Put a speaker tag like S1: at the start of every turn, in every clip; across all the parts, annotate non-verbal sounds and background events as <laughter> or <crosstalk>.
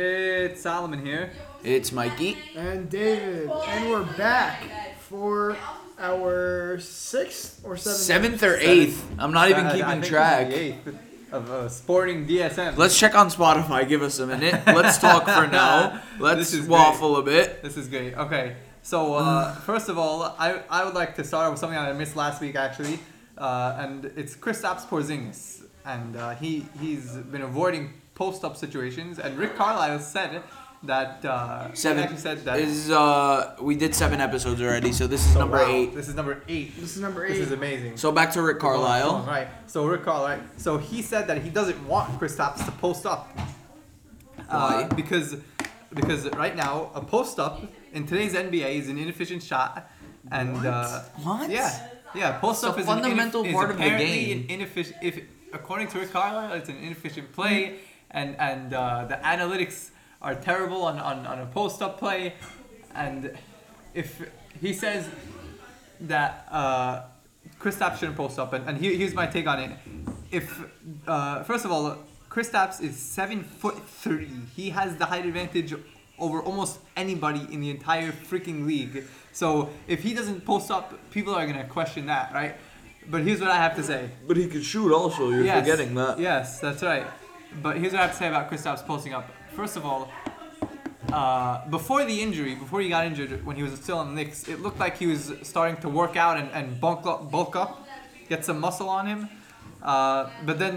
S1: It's Solomon here.
S2: It's Mikey.
S3: And David, and we're back for our sixth or seventh.
S2: Seventh or eighth. I'm not even
S1: Uh, I
S2: keeping
S1: think this is
S2: track.
S1: the eighth of uh, sporting DSM.
S2: Let's check on Spotify. Give us a minute. Let's talk for
S1: <laughs>
S2: now. Let's
S1: This is
S2: waffle a bit.
S1: This is great. Okay, so uh, first of all, I, I would like to start with something that I missed last week actually, uh, and it's Kristaps Porzingis, and uh, he he's been avoiding post up situations, and Rick Carlisle said that uh, he
S2: Seven
S1: actually said that
S2: is uh we did seven episodes already, so this is
S1: So,
S2: number
S1: Oh, wow,
S2: eight.
S1: This is number eight.
S3: This is number
S1: This
S3: eight.
S1: is amazing.
S2: So back to Rick
S1: Going
S2: Carlisle.
S1: strong, Right. So Rick Carlisle. So he said that he doesn't want Kristaps to post up.
S2: Why?
S1: Uh, because because right now a post up in today's NBA is an inefficient shot, and uh,
S2: What?
S1: yeah, yeah, post up
S2: It's a
S1: is an
S2: fundamental
S1: is
S2: part of the
S1: apparently
S2: game.
S1: An inefficient, if according to Rick Carlisle, it's an inefficient play,
S2: Mm-hmm.
S1: and and uh, the analytics are terrible on on, on a post up play, and if he says that uh, Kristaps shouldn't post up, and, and here, here's my take on it. If uh, first of all, Kristaps is seven foot three. He has the height advantage over almost anybody in the entire freaking league. So if he doesn't post up, people are gonna question that, right? But here's what I have to say.
S2: But he could shoot also. You're
S1: yes, Yes, that's right. But here's what I have to say about Kristaps posting up. First of all, uh, before the injury, before he got injured, when he was still on the Knicks, it looked like he was starting to work out and, and bulk, up, bulk up, get some muscle on him. Uh, but then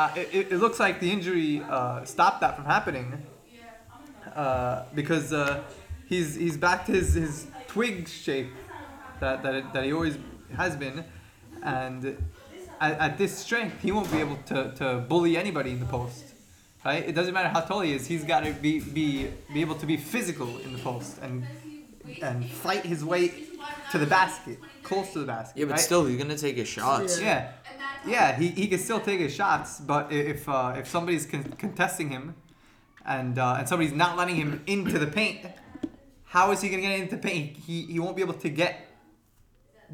S1: uh, it- it, it looks like the injury uh, stopped that from happening uh, because uh, he's, he's back to his, his twig shape that, that, it, that he always has been. And at, at this strength, he won't be able to, to bully anybody in the post right? It doesn't matter how tall he is. He's got to be, be be able to be physical in the post and and fight his way to the basket, close to the basket.
S2: Yeah, but
S1: right?
S2: still, he's gonna take his shots.
S1: yeah, yeah. He, he can still take his shots, but i- if uh, if somebody's con- contesting him, and uh, and somebody's not letting him into the paint, how is he gonna get into the paint? He he won't be able to get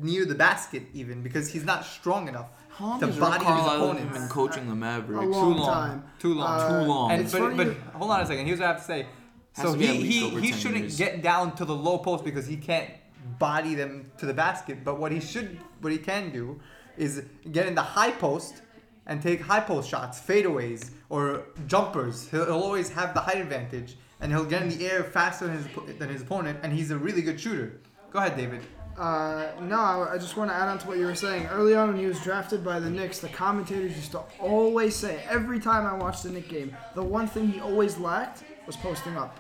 S1: near the basket even because he's not strong enough.
S2: How long
S1: to
S2: has Rick
S1: body his
S2: Carlisle
S1: opponents.
S2: been coaching the Mavericks?
S3: A
S1: too
S3: long
S1: long.
S3: time.
S1: Too long.
S3: Uh,
S2: Too long.
S1: And
S3: It's
S1: but,
S3: funny
S1: but
S3: you-
S1: hold on a second. Here's what I have to say.
S2: Has
S1: So
S2: to be
S1: he
S2: at least
S1: he,
S2: over
S1: he
S2: 10
S1: shouldn't
S2: years.
S1: get down to the low post because he can't body them to the basket. But what he should, what he can do, is get in the high post and take high post shots, fadeaways or jumpers. He'll, he'll always have the height advantage, and he'll get in the air faster than his oppo- than his opponent. And he's a really good shooter. Go ahead, David.
S3: Uh, no, I- I just want to add on to what you were saying. Early on, when he was drafted by the Knicks, the commentators used to always say, every time I watched the Knicks game, the one thing he always lacked was posting up.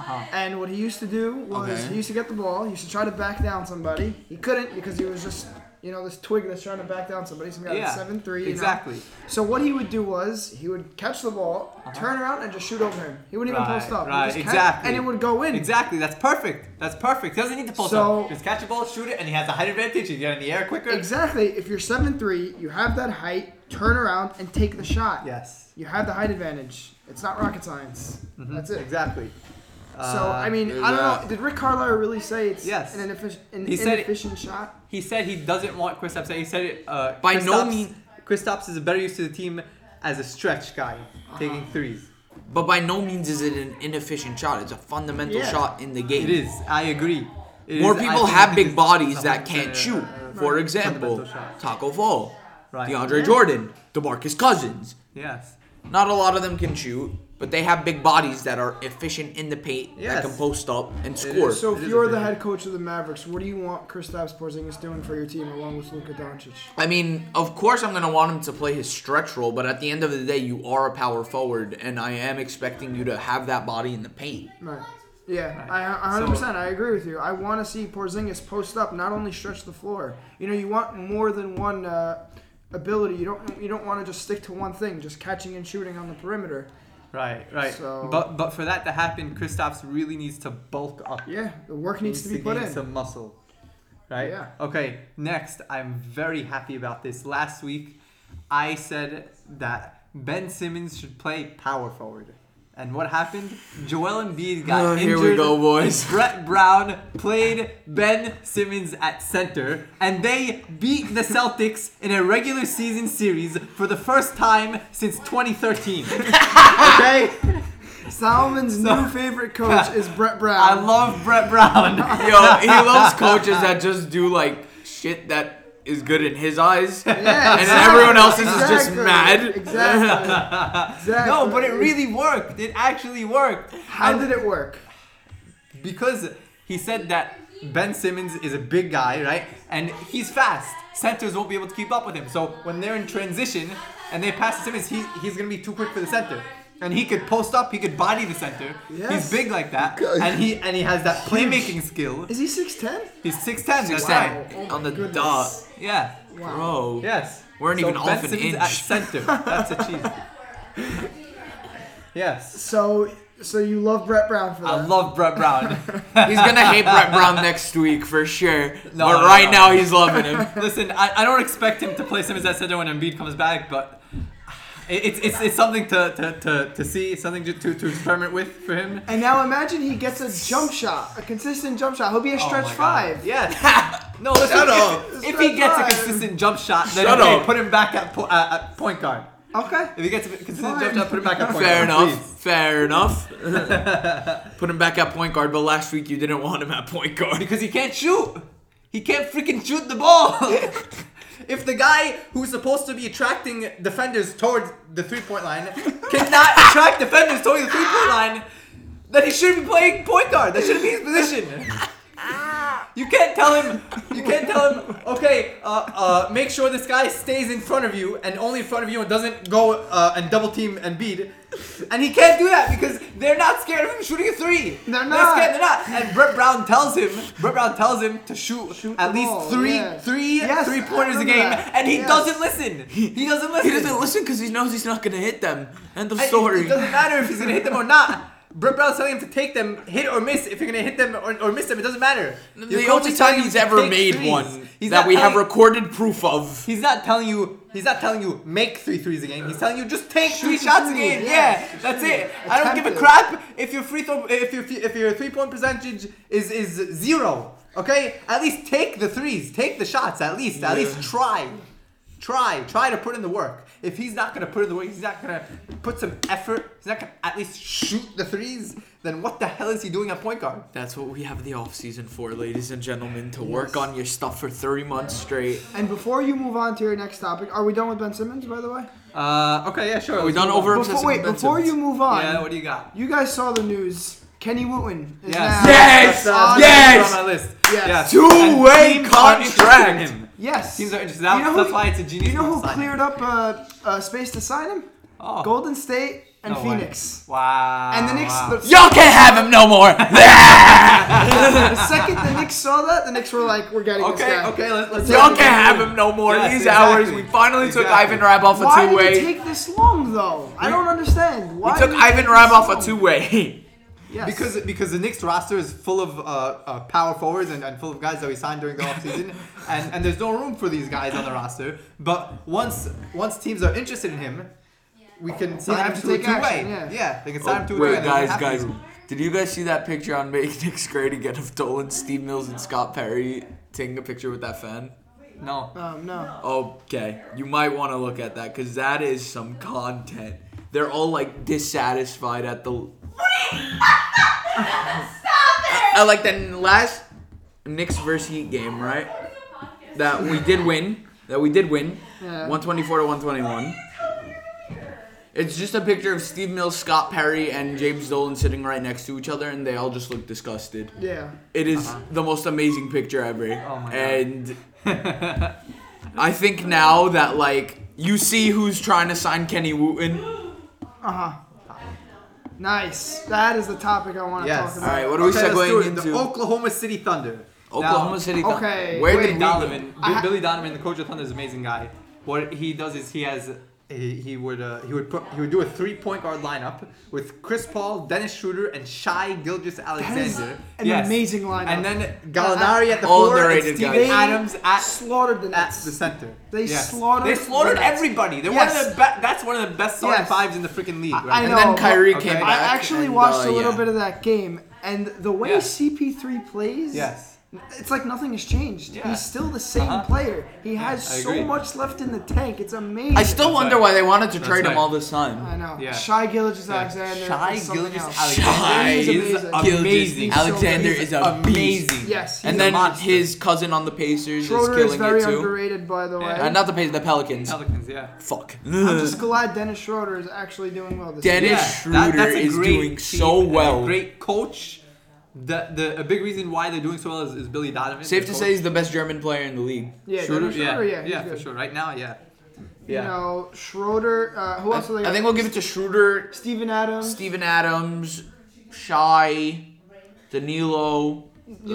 S1: Uh-huh.
S3: And what he used to do was
S2: Okay.
S3: he used to get the ball, he used to try to back down somebody. He couldn't because he was just, you know, this twig that's trying to back down somebody. Some guy
S1: Yeah,
S3: that's 7 3.
S1: exactly.
S3: So what he would do was he would catch the ball, turn around, and just shoot over him. He wouldn't even
S1: Uh-huh. Right,
S3: post up. He'd
S1: right,
S3: just catch-
S1: exactly.
S3: and it would go in.
S1: Exactly, that's perfect. That's perfect. He doesn't need to post
S3: So-
S1: up. Just catch the ball, shoot it, and he has the height advantage. He can get in the air quicker.
S3: Exactly. If you're seven three, you have that height. Turn around and take the shot.
S1: Yes.
S3: You have the height advantage. It's not rocket science. That's it.
S1: Exactly.
S3: So
S1: Mm-hmm. Uh,
S3: I mean,
S2: there's
S3: I don't
S2: that.
S3: know. Did Rick Carlisle really say it's
S1: Yes.
S3: an, ineffic- an
S1: He said it-
S3: inefficient shot?
S1: He said he doesn't want Kristaps. He said it. Uh,
S2: By no
S1: Kristaps-
S2: mean-
S1: Kristaps is better used to the team as a stretch guy, taking threes.
S2: But by no means is it an inefficient shot. It's a fundamental
S3: Yeah.
S2: shot in the game.
S1: It is. I agree. It
S2: More
S1: is- I
S2: people
S1: think
S2: have
S1: it
S2: big
S1: is
S2: bodies
S1: 100%
S2: that can't shoot.
S1: uh,
S2: For example,
S1: fundamental shot.
S2: Taco Fall,
S1: Right.
S2: DeAndre Jordan, DeMarcus Cousins.
S1: Yes.
S2: Not a lot of them can shoot, but they have big bodies that are efficient in the paint
S1: Yes.
S2: that can post up and
S1: is
S2: score.
S3: So
S1: It
S3: if
S1: is
S3: you're the
S1: efficient.
S3: head coach of the Mavericks, what do you want Kristaps Porzingis doing for your team along with Luka Doncic?
S2: I mean, of course, I'm going to want him to play his stretch role, but at the end of the day, you are a power forward, and I am expecting you to have that body in the paint. <laughs>
S3: Right. Yeah,
S1: Right.
S3: I I 100%.
S1: So-
S3: I agree with you. I want to see Porzingis post up, not only stretch the floor. You know, you want more than one uh, ability. You don't you don't want to just stick to one thing, just catching and shooting on the perimeter.
S1: Right. Right.
S3: So-
S1: But but for that to happen, Kristaps really needs to bulk up.
S3: Yeah, the work needs to be put
S1: gain
S3: in.
S1: some muscle. Right?
S3: Yeah.
S1: Okay, next, I'm very happy about this. Last week, I said that Ben Simmons should play power forward. And what happened? Joel Embiid got
S2: Oh,
S1: injured.
S2: here we go, boys.
S1: <laughs> Brett Brown played Ben Simmons at center, and they beat the Celtics in a regular
S2: <laughs>
S1: season series for the first time since 2013. okay?
S3: <laughs> Salmon's new favorite coach is Brett Brown.
S1: I love Brett Brown. <laughs>
S2: Yo, he loves coaches that just do like shit that is good in
S1: <laughs>
S2: his eyes.
S3: <laughs> Yeah,
S2: And then everyone else's
S3: exactly,
S2: is just mad.
S3: Exactly. exactly.
S1: no, but it really worked. It actually worked.
S3: How
S1: And
S3: did it work?
S1: because he said that Ben Simmons is a big guy, right? And he's fast. Centers won't be able to keep up with him. So when they're in transition and they pass to Simmons, he, he's gonna be too quick for the center. And he could post up, he could body the center.
S3: Yes.
S1: He's big like that. And he and he has that playmaking skill.
S3: Is he six ten? Oh
S1: He's 6'10, that's
S2: Wow.
S1: right.
S2: on the
S3: goodness.
S2: dot.
S1: Yeah.
S2: Bro.
S1: Yes.
S2: Weren't even off
S1: Ben
S2: an
S1: Simmons at
S2: inch. <laughs>
S1: center. That's a cheese. yes.
S3: So so you love Brett Brown for that?
S1: I love Brett Brown. <laughs>
S2: He's gonna hate Brett Brown next week for sure.
S1: No,
S2: but
S1: no,
S2: right
S1: no.
S2: now he's loving him.
S1: Listen, I, I don't expect him to play Simmons at center when Embiid comes back, but it, it's, it's it's something to, to, to, to see, it's something to, to, to experiment with for him.
S3: and now imagine he gets a jump shot, a consistent jump shot. He'll be a
S1: Oh
S3: stretch
S1: my God.
S3: five.
S1: Yes. <laughs> No, listen,
S2: Shut
S1: if,
S2: up.
S1: if he
S3: Stretch
S1: gets a
S3: five.
S1: consistent jump shot, then
S2: Shut
S1: okay,
S2: up.
S1: put him back at, po- uh, at point guard.
S3: Okay.
S1: If he gets a consistent
S3: Fine.
S1: jump shot, put him back at <laughs> point
S2: Fair
S1: guard.
S2: enough.
S1: please. <laughs>
S2: Fair enough. Put him back at point guard, but last week you didn't want him at point guard. <laughs>
S1: Because he can't shoot. He can't freaking shoot the ball. if the guy who's supposed to be attracting defenders towards the three point line cannot attract defenders towards the three point line, then he shouldn't be playing point guard. That shouldn't be his position. You can't tell him. You can't tell him. Okay, uh, uh, make sure this guy stays in front of you and only in front of you and doesn't go uh, and double team Embiid. And he can't do that because they're not scared of him shooting a three.
S3: They're
S1: They're,
S3: not.
S1: scared, they're not. And Brett Brown tells him. Brett Brown tells him to shoot,
S3: Shoot
S1: at
S3: the
S1: least
S3: ball,
S1: three,
S3: yeah.
S1: three,
S3: Yes,
S1: three
S3: I
S1: pointers a
S3: remember
S1: game,
S3: that.
S1: and he
S3: Yes.
S1: doesn't listen. He doesn't listen.
S2: He doesn't listen because he knows he's not gonna hit them. End of
S1: And it-
S2: story.
S1: It, doesn't matter if he's gonna hit them or not. Brett Brown's telling him to take them, hit or miss. If you're gonna hit them or, or miss them, it doesn't matter. Your
S2: the
S1: coach
S2: only
S1: is telling
S2: time
S1: you
S2: he's
S1: to
S2: ever
S1: take
S2: made
S1: threes.
S2: one
S1: He's
S2: that
S1: not
S2: we have
S1: telling-
S2: recorded proof of.
S1: He's not telling you. He's not telling you make three threes a game. He's telling you just take three
S3: the
S1: shots a
S3: three,
S1: game.
S3: yeah.
S1: Yeah, that's
S3: Shoot
S1: it.
S3: it.
S1: I don't give a
S3: Attempt it.
S1: crap if your free throw, if your if your three point percentage is is zero. Okay, at least take the threes, take the shots. At least, at least try, try, try to put in the work. If he's not gonna put in the work, he's not gonna put some effort. He's not gonna at least shoot the threes. Then what the hell is he doing at point guard?
S2: That's what we have the off season for, ladies and gentlemen, to work on your stuff for three months straight.
S3: And before you move on to your next topic, are we done with Ben Simmons, by the way?
S1: Uh, okay, yeah, sure.
S2: Are we done over
S3: Before, wait, before you move on,
S1: Yeah, what do you got?
S3: you guys saw the news. Kenny Wooten is
S1: Yes.
S3: now.
S2: Yes!
S1: That's, uh,
S2: Yes!
S1: that's on my list.
S3: Yes.
S2: Two-way
S1: And teams are interested in
S2: contract.
S1: him.
S3: Yes.
S1: Teams are interested. That-
S3: You know
S1: that's
S3: who-
S1: why it's a genius.
S3: You know
S1: move to
S3: who
S1: sign him.
S3: cleared up uh, uh, space to sign him?
S1: Oh.
S3: Golden State and
S1: No way.
S3: Phoenix.
S1: <laughs> Wow.
S3: And the Knicks,
S1: wow.
S3: the,
S2: Y'all can't have him no more. <laughs>
S3: the second the Knicks saw that, the Knicks were like, "We're getting this
S1: Okay,
S3: guy."
S1: okay, let's, let's
S2: Y'all can't have him no more.
S1: Yes,
S2: These
S1: exactly.
S2: hours, we finally took
S1: Exactly.
S2: Ivan Rab off
S3: Why
S2: a two
S3: did
S2: way.
S3: it take this long though? I don't understand. Why
S2: We took
S3: did it take
S2: Ivan
S3: this
S2: Rab off a
S3: long?
S2: two way.
S3: Yes.
S1: Because because the Knicks roster is full of uh, uh, power forwards and, and full of guys that we signed during the
S3: <laughs>
S1: offseason. and and there's no room for these guys on the roster. But once once teams are interested in him, we can sign
S3: have
S1: him
S3: to
S1: to a
S3: take
S1: two way.
S3: action, yeah.
S1: they can sign him to a two way.
S2: Oh, Wait, guys, guys. Did you guys see that picture on Make Knicks Great Again of Dolan, Steve Mills, and Scott Perry taking a picture with that fan?
S1: No.
S3: um, no.
S2: Okay, you might want to look at that because that is some content. They're all like dissatisfied at the. Stop it! I, like that last Knicks versus Heat game, right? That we did win. That we did win.
S3: Yeah.
S2: 124 to 121. It's just a picture of Steve Mills, Scott Perry, and James Dolan sitting right next to each other, and they all just look disgusted.
S3: Yeah.
S2: It is the most amazing picture ever.
S1: Uh-huh. Oh my God. <laughs>
S2: and I think now that like you see who's trying to sign Kenny Wooten.
S3: Uh huh. Nice. That is the topic I want to
S1: Yes.
S3: talk
S2: All
S3: about.
S2: right, what are we
S1: Okay, let's do
S2: segueing
S1: it.
S2: into?
S1: The Oklahoma City Thunder.
S2: Oklahoma
S1: Now-
S2: City.
S3: okay,
S2: Where
S3: wait,
S2: did we go?
S1: Donovan,
S3: I ha-
S1: Billy Donovan, the coach of Thunder, is an amazing guy. What he does is he has he, he would uh, he would put, he would do a three point guard lineup with Chris Paul, Dennis Schroeder, and Shai Gilgis Alexander.
S3: an amazing lineup.
S1: And then Gallinari at the
S2: All
S1: four and
S2: underrated
S1: Steven
S2: guys.
S1: Adams
S3: They
S1: at,
S3: slaughtered the
S1: at
S3: Nets.
S1: the center.
S3: They
S1: Yes.
S3: slaughtered
S1: They slaughtered
S3: the Nets.
S1: everybody. They're one
S3: Yes.
S1: of the be- that's one of the best starting
S3: Yes.
S1: fives in the freaking league.
S3: I-
S1: Right?
S3: I
S2: And
S3: know,
S2: then
S3: but-
S2: Kyrie
S1: Okay.
S2: came
S1: I
S2: back.
S3: I actually
S2: and,
S3: watched
S2: uh,
S3: a little
S2: yeah.
S3: bit of that game, and the way
S1: Yeah.
S3: CP3 plays
S1: Yes.
S3: It's like nothing has changed.
S1: Yeah.
S3: He's still the same
S1: Uh-huh.
S3: player. He has
S1: I
S3: so
S1: agree.
S3: much left in the tank. It's amazing.
S2: I still
S1: That's
S2: wonder
S1: right.
S2: why they wanted to
S1: That's
S2: trade
S1: right.
S2: him all this time.
S3: I know.
S2: <laughs>
S1: Yeah.
S3: Shy Gilgis
S1: Yeah.
S3: Alexander.
S1: Shy
S3: is something
S1: Gilgeous
S3: else.
S1: Alexander
S3: He is
S2: Shy
S3: amazing.
S1: Gilgeous
S2: Gilgeous
S1: Amazing.
S2: Alexander
S3: He's
S2: is a beast.
S1: amazing.
S3: Yes.
S2: And
S3: he's
S2: then
S1: a monster.
S2: his cousin on the Pacers
S3: Schroeder
S2: is
S3: is
S2: killing
S3: very
S2: it too.
S3: underrated, by the way.
S1: Yeah.
S2: Uh, not the Pacers, the Pelicans.
S1: Pelicans, yeah.
S2: Fuck.
S3: I'm just glad Dennis Schroeder is actually doing well this
S2: Dennis-
S3: year.
S1: yeah,
S2: Schroeder
S1: that's a
S2: is
S1: great
S2: doing
S1: team
S2: so
S1: and a
S2: well.
S1: great coach. The, the a big reason why they're doing so well is, is Billy Donovan.
S2: Safe
S1: the
S2: to
S1: coach.
S2: say he's the best German player in the league.
S3: Yeah,
S1: Schroeder,
S3: Dennis Schroeder, Oh, yeah,
S1: yeah,
S3: he's
S1: for
S3: good.
S1: sure. Right now, yeah,
S3: You know, Schroeder. Uh, who
S2: I,
S3: else? do they got?
S2: I think we'll give it to Schroeder,
S3: Steven Adams.
S2: Steven Adams, Shy, Danilo.
S3: you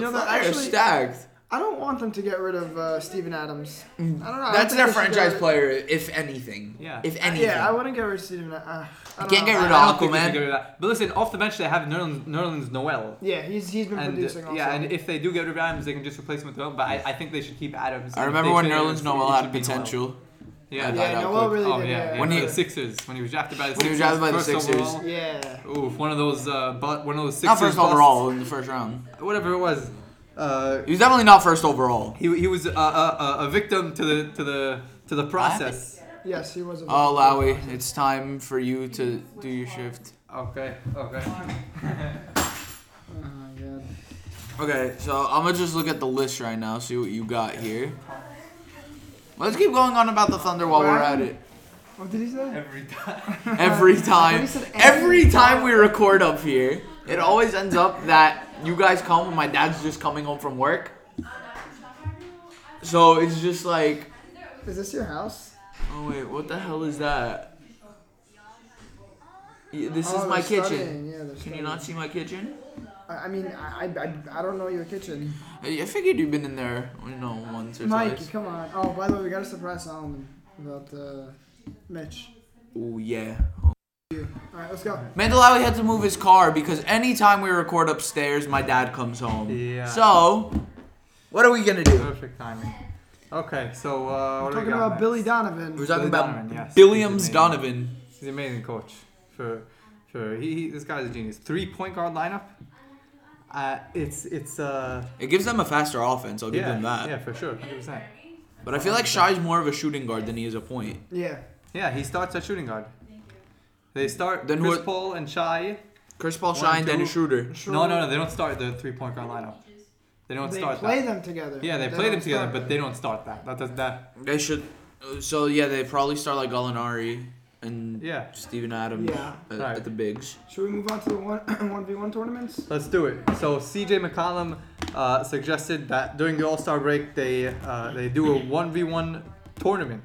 S2: The
S3: know, that
S2: fuck, they're
S3: actually,
S2: stacked.
S3: I don't want them to get rid of uh, Steven Adams. I don't know. Oh, I don't
S2: That's
S3: think
S2: their
S3: they should get
S2: franchise
S3: rid-
S2: player, if anything.
S1: Yeah.
S2: If anything.
S3: Yeah, I wouldn't get rid of Steven. Uh, I don't
S2: Can't
S3: know.
S2: get rid
S3: I-
S1: I
S2: of-
S1: don't think they
S2: Aquaman.
S1: should get rid of that. But listen, off the bench they have Nerlens, Nerlens Noel.
S3: Yeah, he's he's been
S1: And
S3: producing.
S1: uh,
S3: Also.
S1: yeah, and if they do get rid of Adams, they can just replace him with Noel. But I, I think they should keep Adams. And
S2: I
S1: if
S2: remember
S1: they
S2: when
S1: trade
S2: Nerlens
S1: Adams, it
S2: Noel
S1: should
S2: had
S1: be Noel.
S2: potential.
S1: Yeah,
S2: I
S1: that-
S2: thought
S3: yeah,
S2: that
S3: Noel
S2: would-
S3: really
S1: oh
S3: did.
S1: yeah,
S3: Yeah,
S1: yeah.
S2: When
S1: When he
S2: he-
S1: the Sixers, when he was drafted by the
S2: When he
S1: Sixers,
S2: was drafted by the
S1: first
S2: Sixers.
S1: overall.
S3: yeah.
S1: Oof, one of those uh, but one of those Sixers.
S2: Not first
S1: busts,
S2: overall in the first round.
S1: whatever it was. Uh,
S2: He was definitely not first overall.
S1: he, he was a, a, a victim to the to the to the process.
S3: Yes, he was. A
S2: Oh, Lowy, it's time for you to do your shift.
S1: Okay, okay.
S3: Oh my god.
S2: Okay, so I'm gonna just look at the list right now, see what you got here. Let's keep going on about the Thunder while we're at it.
S3: What did he say?
S1: Every time.
S2: <laughs> Every time, every time we record up here, it always ends up that you guys come when my dad's just coming home from work. So it's just like,
S3: Is this your house?
S2: oh wait, what the hell is that? Yeah, This is
S3: Oh,
S2: my
S3: they're
S2: kitchen.
S3: studying, Yeah, they're
S2: Can you
S3: studying.
S2: not see my kitchen?
S3: I I mean, I, I, I don't know your kitchen.
S2: Hey, I figured you've been in there, you know, once or
S3: Mike,
S2: twice.
S3: come on. Oh, by the way, we got to surprise Solomon about uh, Mitch.
S2: Oh yeah.
S3: All right, let's go.
S2: Mandalawi had to move his car because anytime we record upstairs, my dad comes home.
S1: Yeah.
S2: So, what are we gonna do?
S1: Perfect timing. Okay, so uh, what do we
S3: Talking
S1: got
S3: about
S1: next?
S3: Billy Donovan.
S2: We're talking
S1: Billy
S2: about
S1: Donovan, yes.
S2: Billiams
S1: He's
S2: Donovan.
S1: He's an amazing coach. For for he, he this guy's a genius. Three point guard lineup. Uh, it's it's uh
S2: It gives them a faster offense. I'll give
S1: yeah
S2: them that.
S1: yeah for sure 100%.
S2: But I feel like Shy's more of a shooting guard than he is a point.
S3: Yeah.
S1: Yeah, he starts at shooting guard. They start
S2: Then
S1: Chris
S2: who-
S1: Paul and Shy.
S2: Chris Paul,
S1: One,
S2: Shy, and Dennis Schroeder.
S1: No, no, no. They don't start the three point guard lineup. They don't
S3: They
S1: start
S3: play
S1: that.
S3: them together.
S1: Yeah, they,
S3: but
S1: play them
S3: don't
S1: together,
S3: start
S1: but they don't start that. That does that.
S2: They should. uh, So yeah, they probably start like Gallinari and
S1: Yeah.
S2: Steven Adams
S3: Yeah.
S2: at,
S1: Right.
S2: at the bigs.
S3: Should we move on to the one <clears throat> one v one tournaments?
S1: Let's do it. So CJ McCollum uh, suggested that during the All Star break they uh, they do a one v one tournament.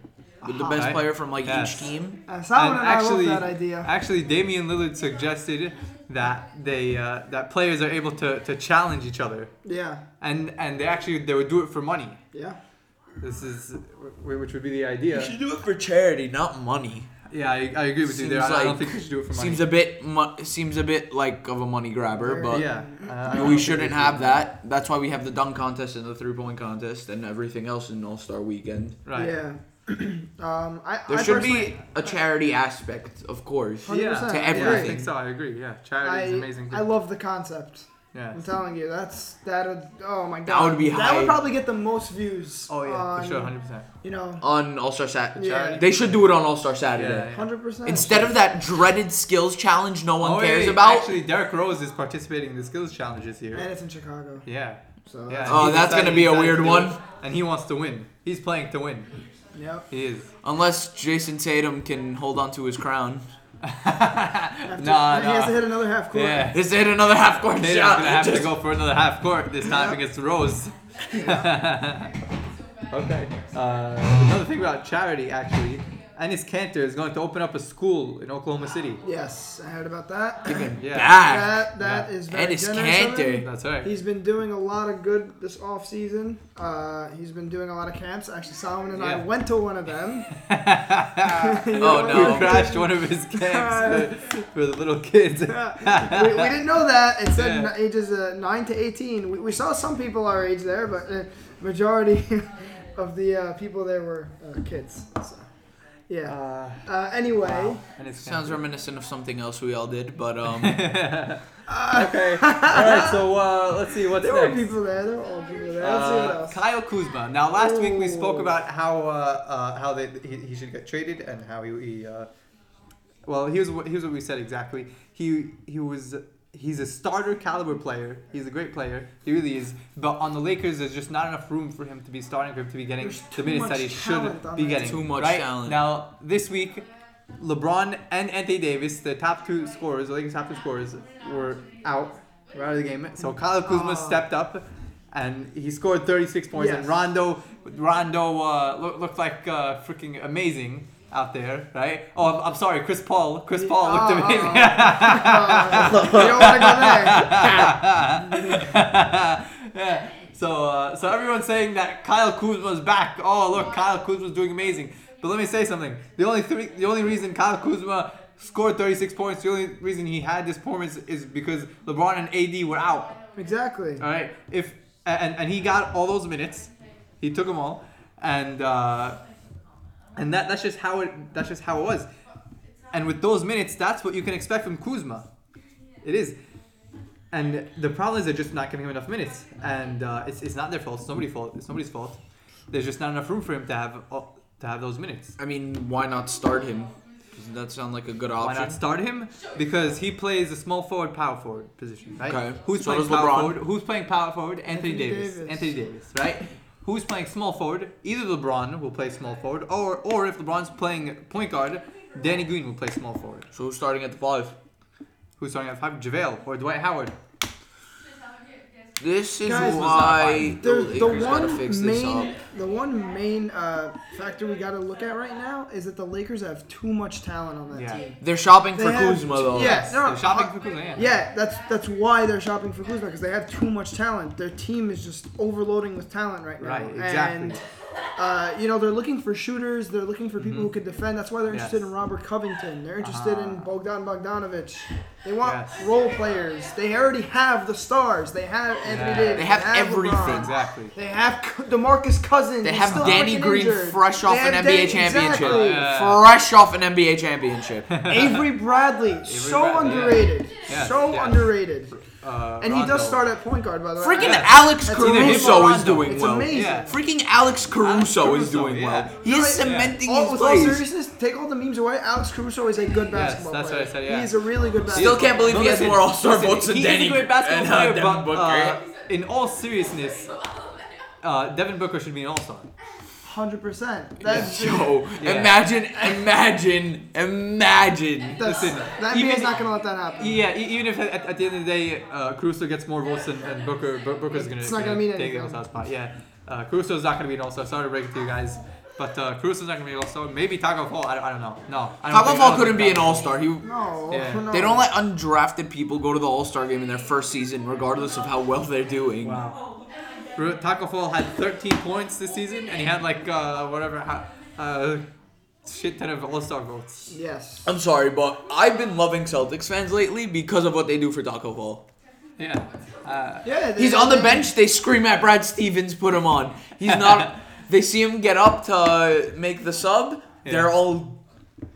S2: With the best
S1: Right.
S2: player from like
S1: Yes.
S2: each team.
S3: Uh,
S1: And
S3: Solomon and,
S1: actually,
S3: I love that idea.
S1: actually, Damian Lillard suggested that they uh, that players are able to, to challenge each other,
S3: Yeah.
S1: and and they actually they would do it for money.
S3: Yeah.
S1: This is wh- which would be the idea.
S2: You should do it for charity, not money.
S1: Yeah, I, I agree with you there.
S2: Seems
S1: I- I don't
S2: like-
S1: think we should do it for money.
S2: Seems a bit mu- seems a bit like of a money grabber, but
S1: yeah, uh, I don't
S2: we
S1: think
S2: shouldn't
S1: should.
S2: have that. That's why we have the dunk contest and the three point contest and everything else in All Star Weekend.
S1: Right.
S3: Yeah. <clears throat> um, I,
S2: There
S3: I
S2: should
S3: personally-
S2: be a charity aspect, of course.
S3: 100%.
S1: Yeah,
S3: To
S1: yeah, I
S2: everything.
S1: think so. I agree. Yeah, charity is an
S3: I,
S1: amazing.
S3: I
S1: thing.
S3: love the concept.
S1: yeah.
S3: I'm telling you, that's that. would Oh my god,
S2: would be
S3: That would
S2: hype.
S3: probably get the most views.
S1: Oh yeah,
S3: on,
S1: for sure, hundred percent.
S3: You know,
S2: On All Star Saturday,
S3: Yeah.
S2: they should do it on All Star Saturday.
S1: Yeah. yeah.
S3: hundred percent.
S2: Instead of that dreaded skills challenge, no one
S1: Oh,
S2: cares
S1: yeah,
S2: about.
S1: Actually, Derek Rose is participating in the skills challenges
S3: and
S1: here.
S3: it's in Chicago,
S1: Yeah.
S3: so
S1: Yeah.
S3: that's-
S2: Oh,
S1: he
S2: that's
S1: decided-
S2: gonna be
S1: he
S2: a
S1: decided
S2: weird
S1: to do
S2: one.
S1: it, And he wants to win. He's playing to win.
S3: yep.
S1: He is.
S2: <laughs> Unless Jason Tatum can hold on to his crown.
S3: After,
S1: Nah,
S3: he has to
S1: nah.
S3: hit another half
S2: <laughs>
S3: court.
S1: Yeah.
S2: Just hit another half court
S1: Tatum's
S2: shot.
S1: gonna have to
S2: Just-
S1: go for another half court this time
S3: Yeah.
S1: against
S2: <laughs>
S1: Rose. <laughs> okay. Uh, another thing about charity, actually, Ennis Cantor is going to open up a school in Oklahoma City.
S3: Yes, I heard about that.
S1: Yeah.
S2: Back.
S3: that that
S1: Yeah.
S3: is very
S2: And it's
S3: generous of him.
S2: Cantor.
S1: That's right.
S3: He's been doing a lot of good this off season. Uh, he's been doing a lot of camps. Actually, Solomon and I
S1: Yeah.
S3: went to one
S1: <laughs>
S3: of them. <laughs>
S2: Oh
S1: Who
S2: no.
S1: crashed one of his
S3: <laughs>
S1: camps for, for the little kids.
S3: we, we didn't know that. It said
S1: Yeah.
S3: ages uh, 9 to 18. We, we saw some people our age there, but uh, majority <laughs> of the uh, people there were uh, kids. So, yeah.
S1: Uh,
S3: Uh, anyway,
S1: and it's <laughs>
S2: Sounds reminiscent of something else we all did, but um.
S1: Okay. <laughs> All right. So uh, let's see what's
S3: There were
S1: next.
S3: people there. There were old people there. Let's see what
S1: Uh,
S3: else.
S1: Kyle Kuzma. Now, last week we spoke
S3: Ooh.
S1: about how uh, uh, how they, he, he should get traded and how he, he uh, well here's what here's what we said exactly. He he was he's a starter caliber player. He's a great player. He really is. But on the Lakers, there's just not enough room for him to be starting for him to be getting
S3: There's
S1: the
S3: too
S1: minutes
S3: much
S1: that he should
S3: talent on
S1: be
S3: that
S1: getting.
S2: team. Too much
S1: right?
S2: talent.
S1: Now this week. LeBron and Anthony Davis, the top two scorers, the Lakers' top two scorers, were out, were out of the game. So Kyle Kuzma
S3: Ah.
S1: stepped up and he scored 36 points. And
S3: Yes.
S1: Rondo, Rondo uh, loo- looked like uh, freaking amazing out there, right? Oh, I'm, I'm sorry, Chris Paul. Chris Paul looked
S3: Ah.
S1: amazing. <laughs>
S3: Uh, you don't want to go there.
S1: yeah. <laughs> So, uh, so everyone's saying that Kyle Kuzma's back. Oh, look, Kyle Kuzma's doing amazing. But let me say something. The only three, the only reason Kyle Kuzma scored 36 points, the only reason he had this performance is because LeBron and AD were out.
S3: Exactly.
S1: All right. If and and he got all those minutes, he took them all, and uh, and that that's just how it that's just how it was. And with those minutes, that's what you can expect from Kuzma. It is. And the problem is they're just not giving him enough minutes, and uh, it's, it's not their fault. It's nobody's fault. It's nobody's fault. There's just not enough room for him to have all- to have those minutes.
S2: I mean, why not start him? Doesn't that sound like a good
S1: Why
S2: option?
S1: not start him? Because he plays the small forward, power forward position, right?
S2: Okay.
S1: Who's
S2: So
S1: playing
S2: does
S1: power
S2: LeBron.
S1: forward? Who's playing power forward? Anthony,
S3: Anthony
S1: Davis.
S3: Davis.
S1: Anthony Davis, right? Who's playing small forward? Either LeBron will play small forward, or or if LeBron's playing point guard, Danny Green will play small forward.
S2: so who's starting at the five?
S1: Who's starting at five? JaVale or Dwight Howard?
S2: This is
S3: Guys,
S2: why the
S3: There's the
S2: Lakers gotta
S3: one
S2: fix this
S3: main
S2: up.
S3: the one main uh, factor we got to look at right now is that the Lakers have too much talent on that
S1: Yeah.
S3: team.
S2: They're shopping
S3: They
S2: for
S3: have-
S2: Kuzma though.
S3: Yeah, no,
S1: They're
S3: no,
S1: shopping
S3: uh,
S1: for Kuzma. Yeah.
S3: Yeah, that's that's why they're shopping for Kuzma because they have too much talent. Their team is just overloading with talent right now.
S1: Right, exactly.
S3: And uh, you know they're looking for shooters. They're looking for people who can defend. That's why they're
S1: Yes.
S3: interested in Robert Covington. They're interested in Bogdan Bogdanovich. They want
S1: Yes.
S3: role players. They already have the stars. They have Anthony
S1: Yeah.
S3: Davis.
S2: They have everything.
S3: LeBron.
S1: Exactly.
S3: They have C- DeMarcus Cousins.
S2: They
S3: He's
S2: have
S3: still
S2: Danny
S3: freaking
S2: Green
S3: injured.
S2: fresh off
S3: They
S2: an
S3: have
S2: NBA
S3: Danny-
S2: championship.
S3: Exactly.
S1: Yeah.
S2: Fresh off an NBA championship.
S1: <laughs>
S3: Avery Bradley, so
S1: Bradley, yeah.
S3: underrated,
S1: Yes,
S3: so
S1: yes.
S3: underrated.
S1: Uh,
S3: And he does
S1: Rondo.
S3: start at point guard, by the way.
S2: Freaking
S1: Yeah.
S2: Alex
S3: That's either him
S2: Caruso
S1: or
S2: is
S1: Rondo.
S2: doing
S3: It's
S2: well.
S3: amazing.
S1: Yeah.
S2: Freaking Alex Caruso is
S1: Caruso,
S2: doing
S1: yeah.
S2: well. He is cementing
S3: All,
S2: his
S3: with all
S2: plays.
S3: seriousness, take all the memes away. Alex Caruso is a good basketball
S1: that's what
S3: player.
S1: I said, yeah.
S3: He's a really good basketball.
S2: Still can't believe
S1: No,
S2: he has
S1: listen,
S2: more All Star
S1: listen,
S2: votes than
S1: he is a
S2: Danny
S1: great basketball
S2: and, uh,
S1: player,
S2: Devin
S1: but,
S2: Booker.
S1: uh, in all seriousness, uh, Devin Booker should be an All Star.
S3: Hundred percent. That's
S2: Yo,
S1: Yeah.
S2: imagine, imagine, imagine.
S3: That's,
S1: Listen,
S3: that
S1: even-
S3: man's not gonna let that happen.
S1: Yeah, e- even if at, at the end of the day, uh, Caruso gets more votes than, than Booker, Bu- Booker's gonna,
S3: It's not gonna mean
S1: take the
S3: anything.
S1: All-Star spot. Yeah, uh, Caruso's not gonna be an All-Star. Sorry to break it to you guys, but uh, Caruso's not gonna be an All-Star. Maybe Taco Fall. I don't, I don't know. No, I don't
S2: Taco
S1: think- I
S2: Fall
S1: don't
S2: couldn't
S1: think
S2: be an All Star. He.
S3: no,
S1: Yeah.
S3: no.
S2: They don't let undrafted people go to the All Star game in their first season, regardless of how well they're doing.
S1: Wow. Ru- Taco Fall had 13 points this season, and he had like uh, whatever, ha- uh, shit ton of All-Star votes.
S3: Yes.
S2: I'm sorry, but I've been loving Celtics fans lately because of what they do for Taco Fall.
S1: Yeah. Uh,
S3: Yeah. they-
S2: He's on the
S3: they-
S2: bench. They scream at Brad Stevens, put him on. He's not.
S1: <laughs>
S2: they see him get up to make the sub. They're
S1: Yeah.
S2: all.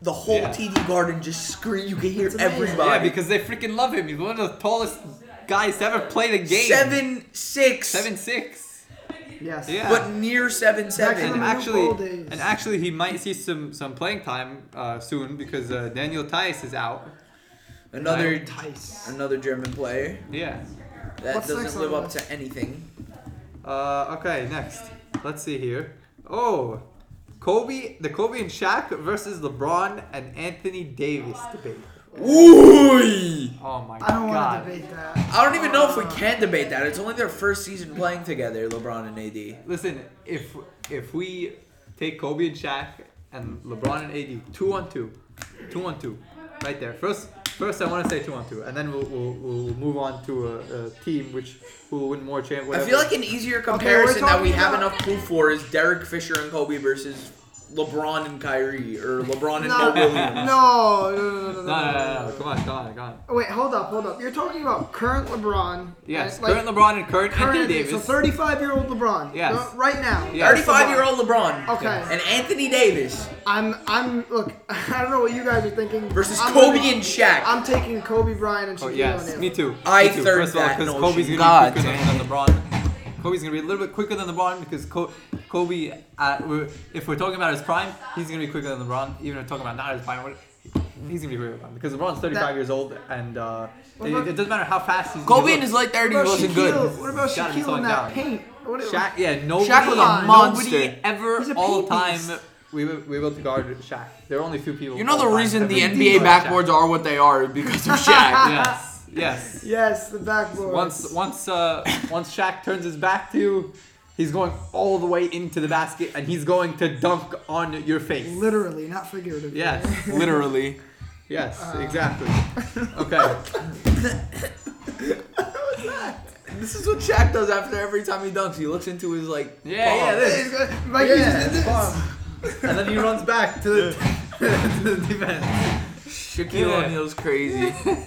S2: The whole
S1: Yeah.
S2: TD garden just scream. You can hear
S3: It's amazing.
S1: yeah,
S2: everybody.
S1: because they freaking love him. He's one of the tallest guys to ever play the game.
S2: seven six,
S1: Seven six.
S3: Yes.
S1: Yeah.
S2: but near seven
S1: and
S2: seven.
S3: Remember
S1: actually,
S3: old days.
S1: and actually, he might see some some playing time uh, soon because uh, Daniel Tice is out.
S2: Another
S3: Tice.
S2: another German player
S1: Yeah.
S2: that
S3: What's next
S2: doesn't
S3: on
S2: live
S3: the
S2: up
S3: list?
S2: to anything.
S1: Uh, okay, next. Let's see here. Oh, Kobe, the Kobe and Shaq versus LeBron and Anthony Davis debate.
S2: Ooh!
S1: Oh my
S3: I don't want
S1: god.
S3: to debate that.
S2: I don't even know if
S3: Ah.
S2: we can debate that. It's only their first season playing together, LeBron and AD.
S1: Listen, if if we take Kobe and Shaq and LeBron and AD two on two, two on two, right there. First, first I want to say two on two, and then we'll we'll, we'll move on to a, a team which will win more champ.
S2: I
S1: whatever.
S2: feel like an easier comparison that we
S3: talking
S2: have
S3: about-
S2: enough proof for is Derek Fisher and Kobe versus LeBron and Kyrie or LeBron and
S3: No,
S2: Mo
S3: no,
S2: Williams.
S3: no, no, no, no,
S1: No, no, no, no,
S3: no,
S1: no. Come on, come on, come on.
S3: Wait, hold up, hold up. You're talking about current LeBron.
S1: Yes,
S3: right?
S1: current LeBron and current, Anthony Davis.
S3: So 35 year old LeBron.
S1: Yes.
S3: No, Right now.
S1: Yes.
S3: That's
S2: 35 year
S3: LeBron.
S2: old LeBron.
S3: Okay.
S2: And Anthony Davis
S3: I'm, I'm, look, <laughs> I don't know what you guys are thinking.
S2: versus
S3: I'm
S2: Kobe
S3: gonna-
S2: and Shaq.
S3: I'm taking Kobe Bryant and
S1: Oh,
S3: Shaquille
S1: yes,
S3: O'Neal.
S1: me too.
S2: I
S1: me too.
S2: third
S1: First of all,
S2: that
S1: because
S2: notion.
S1: Kobe's gonna
S2: God
S1: be quicker
S2: damn.
S1: than LeBron. Kobe's gonna be a little bit quicker than LeBron because Co- Kobe, uh, we're, if we're talking about his prime, he's gonna be quicker than LeBron. Even if we're talking about not his prime, what- he's gonna be quicker than LeBron because LeBron's 35
S3: That-
S1: years old and uh,
S3: What
S1: it,
S3: about-
S1: it doesn't matter how fast he's.
S2: Kobe
S1: he
S2: in his
S1: looks.
S2: late 30s
S3: What about
S2: wasn't
S3: Shaquille?
S2: good.
S3: What about
S1: Shot is
S3: Shaquille
S1: slowing
S3: in that
S1: down.
S3: paint? What
S1: Shaq, yeah, nobody,
S2: Shaq was a
S1: nobody
S2: monster.
S1: ever
S3: He's a
S1: all
S3: baby.
S1: time. We were, we were able to guard Shaq. There are only a few people.
S2: You know the
S1: all time
S2: reason
S1: that
S2: the
S1: really
S2: NBA
S1: guard Shaq.
S2: backboards are what they are because of Shaq.
S3: <laughs>
S1: Yes, yes.
S3: Yes, the backboard.
S1: Once once uh once Shaq turns his back to you, he's going all the way into the basket and he's going to dunk on your face.
S3: Literally, not figuratively.
S1: Yes.
S2: Literally.
S1: Yes, exactly. Okay.
S2: This is what Shaq does after every time he dunks. He looks into his like.
S1: Yeah, yeah,
S2: palm.
S1: this-
S3: He's gonna- Like, he
S1: Yeah,
S3: just did
S1: bomb.
S3: this.
S1: And then he runs back to the, <laughs> to the defense.
S2: Shaquille
S1: Yeah.
S2: O'Neal's crazy.
S1: <laughs>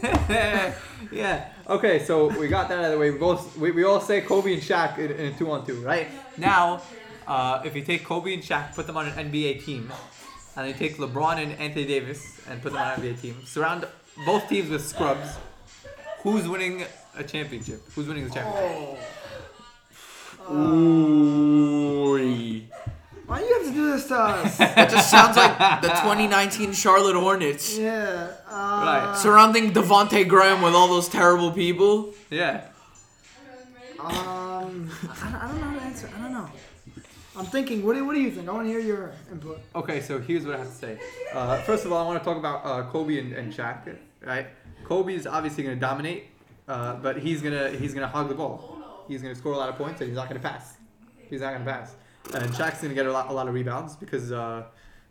S1: yeah. Okay, so we got that out of the way. We both we, we all say Kobe and Shaq in, in a two on two, right? Now, uh, if you take Kobe and Shaq, put them on an NBA team, and you take LeBron and Anthony Davis and put them on an NBA team, surround both teams with scrubs. Who's winning a championship? Who's winning the championship?
S3: Oh.
S2: Ooh.
S3: Why do you have to do this to
S1: <laughs>
S3: us?
S2: That just sounds like the 2019 Charlotte Hornets
S3: yeah. Uh,
S1: Right.
S2: surrounding Devonte Graham with all those terrible people.
S1: Yeah.
S3: Um, I don't, I don't know how to answer. I don't know. I'm thinking. What do, what do you think? I want to hear your input.
S1: Okay, so here's what I have to say. Uh, first of all, I want to talk about uh, Kobe and, and Shaq, right? Kobe is obviously going to dominate, uh, but he's gonna he's gonna hog the ball. He's gonna score a lot of points, and he's not gonna pass. He's not gonna pass. And Shaq's gonna get a lot a lot of rebounds because uh,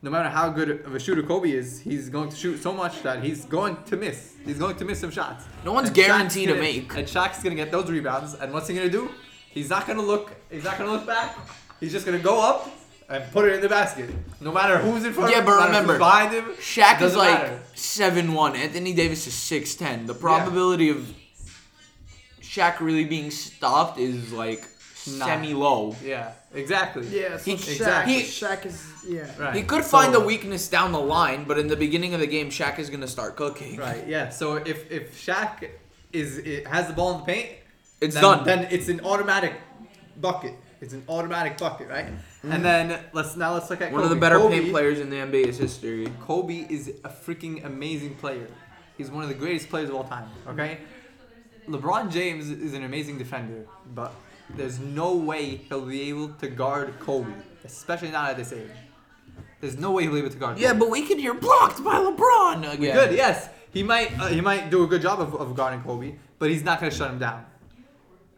S1: no matter how good of a shooter Kobe is, he's going to shoot so much that he's going to miss. He's going to miss some shots.
S2: No one's
S1: Shaq's
S2: guaranteed to
S1: gonna-
S2: make.
S1: And Shaq's gonna get those rebounds, and what's he gonna do? He's not gonna look. He's not gonna look back. He's just gonna go up and put it in the basket, no matter who's in front.
S2: Yeah,
S1: of him,
S2: but
S1: no matter
S2: remember,
S1: who's behind him.
S2: Shaq is
S1: doesn't
S2: like
S1: matter.
S2: seven one. Anthony Davis is six ten. The probability of Shaq really being stopped is like
S1: Nah.
S2: semi low.
S1: Yeah, exactly.
S3: Yeah. So
S2: He-
S3: Shaq,
S1: exactly.
S3: Shaq is. Yeah.
S1: Right.
S2: He could find
S1: so-
S2: a weakness down the line, but in the beginning of the game, Shaq is gonna start cooking.
S1: Right. Yeah. So if if Shaq is it has the ball in the paint,
S2: It's
S1: then,
S2: done.
S1: Then it's an automatic bucket. It's an automatic bucket, right? And then let's now let's look at
S2: Mm. One of
S1: Kobe.
S2: the better
S1: Kobe,
S2: paint players in the NBA's history.
S1: Kobe is a freaking amazing player. He's one of the greatest players of all time. Okay. LeBron James is an amazing defender, but there's no way he'll be able to guard Kobe, especially not at this age. There's no way he'll be able to guard.
S2: Yeah,
S1: Kobe.
S2: but we can hear blocked by LeBron again.
S1: good. Yes, he might uh, he might do a good job of, of guarding Kobe, but he's not gonna shut him down.